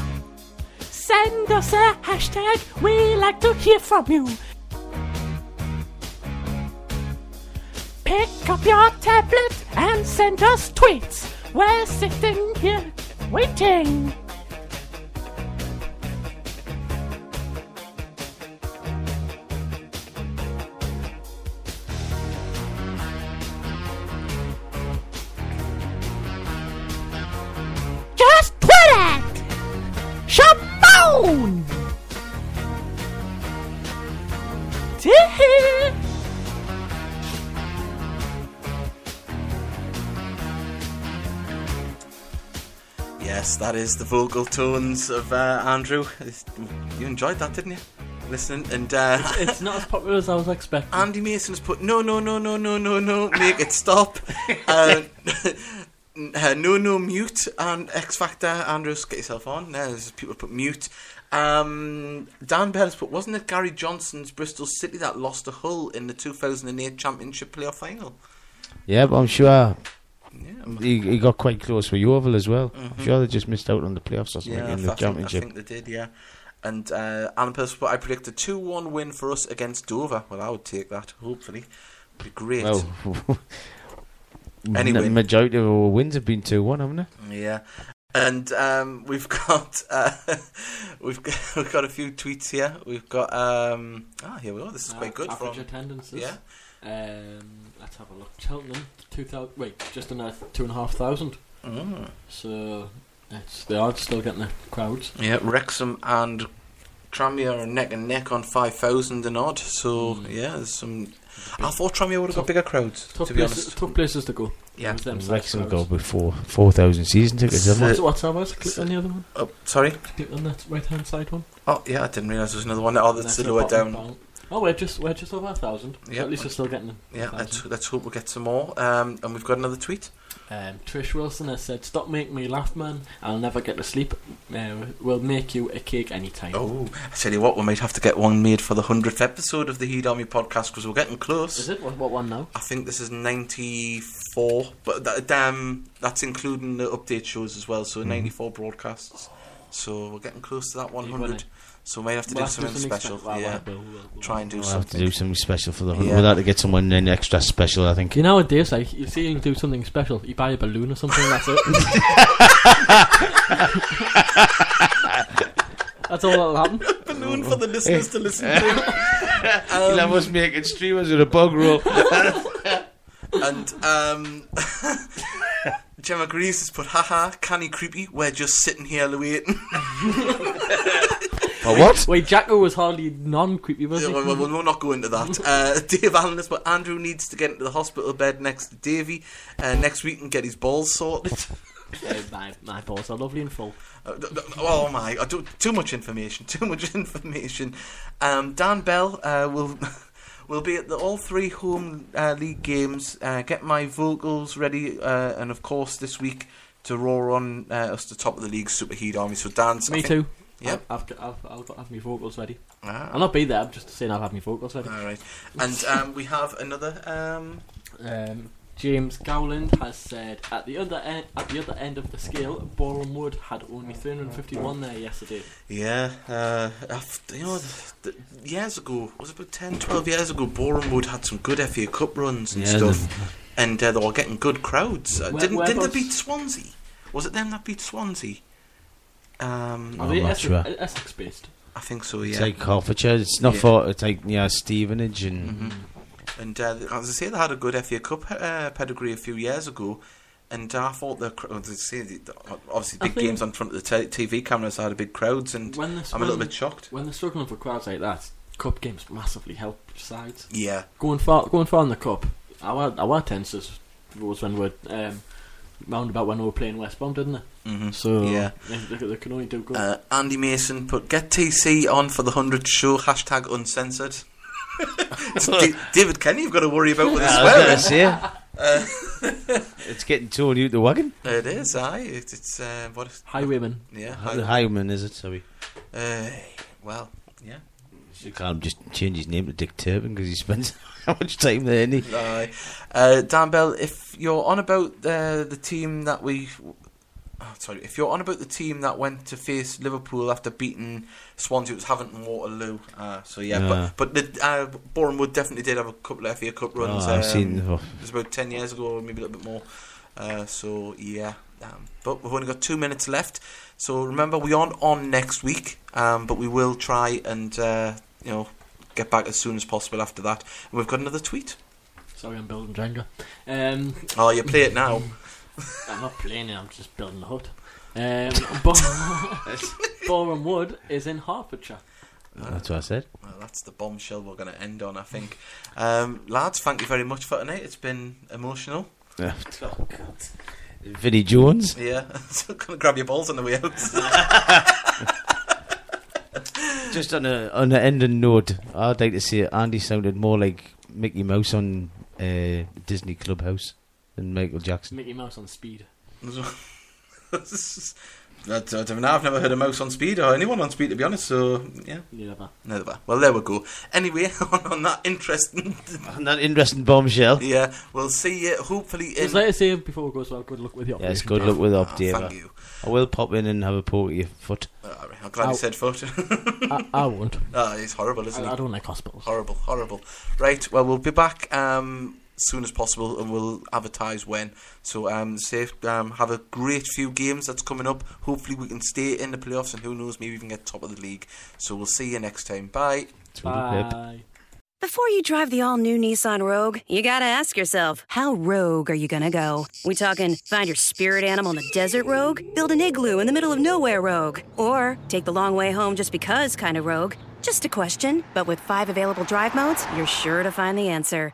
[SPEAKER 4] Send us a hashtag, we like to hear from you. Pick up your tablet and send us tweets. We're sitting here waiting. Just tweet it! Shaboom! Tee-hee.
[SPEAKER 6] Yes, that is the vocal tones of uh, Andrew. It's- You enjoyed that, didn't you? Listening and uh,
[SPEAKER 3] It's not as popular as I was expecting.
[SPEAKER 6] *laughs* Andy Mason has put no, no, no, no, no, no, no, make it stop. uh, uh, no, no, mute and X Factor. Andrew, get yourself on. No, there's people put mute. Um, Dan Bell has put, wasn't it Gary Johnson's Bristol City that lost to Hull in the 2008 Championship playoff final?
[SPEAKER 2] Yeah, but I'm sure
[SPEAKER 6] Yeah,
[SPEAKER 2] he, he got quite close with Yeovil as well. I'm sure they just missed out on the playoffs or something
[SPEAKER 6] Mm-hmm. Yeah, I
[SPEAKER 2] in
[SPEAKER 6] th-
[SPEAKER 2] the
[SPEAKER 6] I, think, I
[SPEAKER 2] championship.
[SPEAKER 6] think they did, yeah. And uh, Alan Pierce, but I predict a 2 1 win for us against Dover. Well, I would take that, hopefully. be great.
[SPEAKER 2] Well, *laughs*
[SPEAKER 6] Anyway.
[SPEAKER 2] the majority of our wins have been two one, haven't they?
[SPEAKER 6] Yeah. And um, we've *laughs* got uh, we've got, *laughs* we've got a few tweets here. We've got um, ah here we are. This is quite good
[SPEAKER 3] Average
[SPEAKER 6] from
[SPEAKER 3] attendances.
[SPEAKER 6] yeah
[SPEAKER 3] Um, let's have a look. Cheltenham, two thousand. Wait, just another two and a half thousand.
[SPEAKER 6] mm.
[SPEAKER 3] So it's they are still getting the crowds.
[SPEAKER 6] yeah Wrexham and Tramier are neck and neck on five thousand and odd. So
[SPEAKER 3] Mm.
[SPEAKER 6] yeah, there's some. I thought Tramier would have got bigger crowds.
[SPEAKER 3] Tough,
[SPEAKER 6] To be
[SPEAKER 3] places,
[SPEAKER 6] honest,
[SPEAKER 3] tough places to go.
[SPEAKER 6] yeah.
[SPEAKER 3] With them size
[SPEAKER 2] Wrexham got
[SPEAKER 3] crowds.
[SPEAKER 2] before four thousand season tickets. haven't
[SPEAKER 6] Uh,
[SPEAKER 3] What's, what's that? What's click on the other one?
[SPEAKER 6] Oh, sorry.
[SPEAKER 3] Click on that right hand side one.
[SPEAKER 6] Oh yeah, I didn't realise there was another one. Oh, that's the
[SPEAKER 3] Next
[SPEAKER 6] lower
[SPEAKER 3] bottom
[SPEAKER 6] down.
[SPEAKER 3] panel. Oh, we're just we're just over a thousand.
[SPEAKER 6] Yeah.
[SPEAKER 3] So at least we're still getting them.
[SPEAKER 6] Yeah, let's
[SPEAKER 3] 1,000.
[SPEAKER 6] let's hope we get some more. Um, and we've got another tweet.
[SPEAKER 3] Um, Trish Wilson has said, "Stop making me laugh, man. I'll never get to sleep. Uh, we'll make you a cake anytime."
[SPEAKER 6] Oh, I tell you what, we might have to get one made for the hundredth episode of the Heed Army podcast because we're getting close.
[SPEAKER 3] Is it what, what one now?
[SPEAKER 6] I think this is 94, but that, damn, that's including the update shows as well, so 94 broadcasts. So we're getting close to that 100.
[SPEAKER 3] wouldn't.
[SPEAKER 6] So we might have to
[SPEAKER 3] We'll
[SPEAKER 6] do
[SPEAKER 3] have to do
[SPEAKER 6] something special.
[SPEAKER 3] expe- well,
[SPEAKER 6] yeah,
[SPEAKER 3] well, we'll- we'll- we'll-
[SPEAKER 6] try and do
[SPEAKER 2] We'll have to
[SPEAKER 6] something.
[SPEAKER 2] do something special for the hundred.
[SPEAKER 6] Yeah. Um,
[SPEAKER 2] We'll have to get someone in extra special, I think.
[SPEAKER 3] You know, nowadays, like, you see, you can do something special. You buy a balloon or something, that's it. that's all that'll happen.
[SPEAKER 6] Balloon for the listeners to listen to.
[SPEAKER 2] You'll have us making streamers with a bug
[SPEAKER 6] *laughs*
[SPEAKER 2] roll.
[SPEAKER 6] *laughs* and um, *laughs* Gemma Greaves has put, haha, canny creepy, we're just sitting here waiting.
[SPEAKER 2] or what?
[SPEAKER 3] Wait, Jacko was hardly non creepy, was
[SPEAKER 6] Yeah,
[SPEAKER 3] he?
[SPEAKER 6] well, well, we'll not go into
[SPEAKER 3] *laughs*
[SPEAKER 6] that. Uh, Dave Allen has put, Andrew needs to get into the hospital bed next to Davey uh, next week and get his
[SPEAKER 3] *laughs*
[SPEAKER 6] balls sorted.
[SPEAKER 3] Uh, my, my balls are lovely and full.
[SPEAKER 6] Uh, d- d- Oh my! I do- Too much information. *laughs* Too much information. Um, Dan Bell uh, will *laughs* will be at the all three home uh, league games. Uh, get my vocals ready, uh, and of course this week to roar on uh, us the top of the league Super Heat Army. So Dan's
[SPEAKER 3] Me too.
[SPEAKER 6] Yep.
[SPEAKER 3] I've, I've, I've, I'll got- have my vocals ready.
[SPEAKER 6] Ah,
[SPEAKER 3] I'll not be there, I'm just saying I'll have my vocals ready. *laughs*
[SPEAKER 6] all right. And um, we have another. Um,
[SPEAKER 3] Um, James Gowland has said at the other end, at the other end of the scale, Boreham Wood had only 351 there yesterday.
[SPEAKER 6] yeah, uh, after, you know, th- th- years ago was it about 10, 12 years ago. Boreham Wood had some good FA Cup runs and
[SPEAKER 2] Yeah,
[SPEAKER 6] stuff.
[SPEAKER 2] the-
[SPEAKER 6] and uh, they were getting good crowds. Uh,
[SPEAKER 3] Where-
[SPEAKER 6] didn't didn't
[SPEAKER 3] whereabouts-
[SPEAKER 6] they beat Swansea? Was it them that beat Swansea? Um,
[SPEAKER 3] Are
[SPEAKER 2] I'm
[SPEAKER 3] they
[SPEAKER 2] not
[SPEAKER 3] Essex,
[SPEAKER 2] sure.
[SPEAKER 3] Essex based?
[SPEAKER 6] I think so.
[SPEAKER 2] It's
[SPEAKER 6] Yeah.
[SPEAKER 2] like Hertfordshire. It's not
[SPEAKER 6] Yeah.
[SPEAKER 2] for it's like yeah Stevenage and
[SPEAKER 6] Mhm. And uh, as I say, they had a good FA Cup uh, pedigree a few years ago. And uh, I thought the cr- as I say, the- obviously
[SPEAKER 3] I
[SPEAKER 6] big
[SPEAKER 3] think-
[SPEAKER 6] games on front of the t- TV cameras had big crowds, and
[SPEAKER 3] When the
[SPEAKER 6] I'm a little
[SPEAKER 3] Swan-
[SPEAKER 6] bit shocked.
[SPEAKER 3] When they're struggling for crowds like that, cup games massively help sides.
[SPEAKER 6] Yeah,
[SPEAKER 3] Going far, going far in the cup. Our our tenses was when we're um, roundabout when we were playing West Brom, didn't they?
[SPEAKER 6] hmm
[SPEAKER 3] So
[SPEAKER 6] Yeah.
[SPEAKER 3] they, they, they can only do good.
[SPEAKER 6] Uh, Andy Mason put get TC on for the hundred show hashtag uncensored. It's Da- David Kenny, you've got to worry about with the
[SPEAKER 2] Ah, I was gonna
[SPEAKER 6] swearing.
[SPEAKER 2] say.
[SPEAKER 6] *laughs* uh,
[SPEAKER 2] it's getting torn out the wagon.
[SPEAKER 6] It is, aye. It, it's uh, what? is-
[SPEAKER 3] Highwaymen.
[SPEAKER 6] Yeah.
[SPEAKER 2] The
[SPEAKER 6] Hi,
[SPEAKER 2] Highman is it? Sorry,
[SPEAKER 6] uh, well, yeah.
[SPEAKER 2] you can't just change his name to Dick Turpin because he spends *laughs* how much time there. Any
[SPEAKER 6] Aye. Uh, Dan Bell, if you're on about uh, the team that we
[SPEAKER 1] oh, sorry, if you're on about the team that went to face Liverpool after beating Swansea, it was Haven't and Waterloo. Uh, so yeah,
[SPEAKER 2] Ah.
[SPEAKER 1] but but the, uh, Boreham Wood definitely did have a couple of FA Cup runs.
[SPEAKER 2] Oh,
[SPEAKER 1] um,
[SPEAKER 2] I've seen. oh,
[SPEAKER 1] It was about 10 years ago, maybe a little bit more. Uh, so, yeah. Um, but we've only got two minutes left. So, remember, we aren't on next week, um, but we will try and, uh, you know, get back as soon as possible after that. And we've got another tweet.
[SPEAKER 3] Sorry, I'm building Jenga. Um,
[SPEAKER 1] Oh, you play it *laughs* now.
[SPEAKER 3] I'm not playing it, I'm just building a hut. Um, *laughs* Bor- *laughs* Boreham Wood is in Hertfordshire.
[SPEAKER 2] that's what I said.
[SPEAKER 1] Well, that's the bombshell we're going to end on, I think. Um, lads, thank you very much for tonight. It's been emotional.
[SPEAKER 2] *laughs* Yeah. Oh, Vinnie Jones.
[SPEAKER 1] Yeah. *laughs* so, going to grab your balls on the way *laughs* out.
[SPEAKER 2] Just on a on an ending note, I'd like to say Andy sounded more like Mickey Mouse on uh, Disney Clubhouse than Michael *laughs*
[SPEAKER 3] It's
[SPEAKER 2] Jackson.
[SPEAKER 3] Mickey Mouse on speed.
[SPEAKER 1] I don't know. I've never heard a mouse on speed or anyone on speed, to be honest. So, yeah.
[SPEAKER 3] Never.
[SPEAKER 1] Never. Well, there we go. Anyway, *laughs* on, on that interesting, *laughs*
[SPEAKER 2] And that interesting bombshell.
[SPEAKER 1] yeah, we'll see you hopefully in.
[SPEAKER 3] Just let us say before it goes well, good luck with your operation.
[SPEAKER 2] Yes, good
[SPEAKER 3] Dave.
[SPEAKER 2] luck with
[SPEAKER 1] Ah,
[SPEAKER 2] up, Dave.
[SPEAKER 1] Thank you.
[SPEAKER 2] I will pop in and have a poke at your foot.
[SPEAKER 1] Uh, all right, I'm glad you
[SPEAKER 3] Ow.
[SPEAKER 1] said foot.
[SPEAKER 3] I, I won't.
[SPEAKER 1] *laughs* Ah, he's horrible,
[SPEAKER 3] I,
[SPEAKER 1] isn't he?
[SPEAKER 3] I don't like hospitals.
[SPEAKER 1] Horrible, horrible. Right. Well, we'll be back um, soon as possible, and we'll advertise when. So, um, safe. Um, have a great few games that's coming up. Hopefully, we can stay in the playoffs, and who knows, maybe even get top of the league. So, we'll see you next time. Bye.
[SPEAKER 3] Ah. Bye.
[SPEAKER 9] Before you drive the all new Nissan Rogue, you gotta ask yourself, how rogue are you gonna go? We talking find your spirit animal in the desert rogue? Build an igloo in the middle of nowhere rogue? Or take the long way home just because kind of rogue? Just a question, but with five available drive modes, you're sure to find the answer.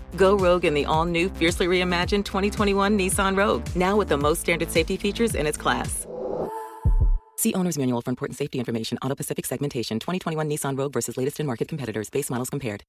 [SPEAKER 10] Go rogue in the all-new, fiercely reimagined 2021 Nissan Rogue. Now with the most standard safety features in its class. See owner's manual for important safety information. Auto Pacific segmentation. 2021 Nissan Rogue versus latest in market competitors. Base models compared.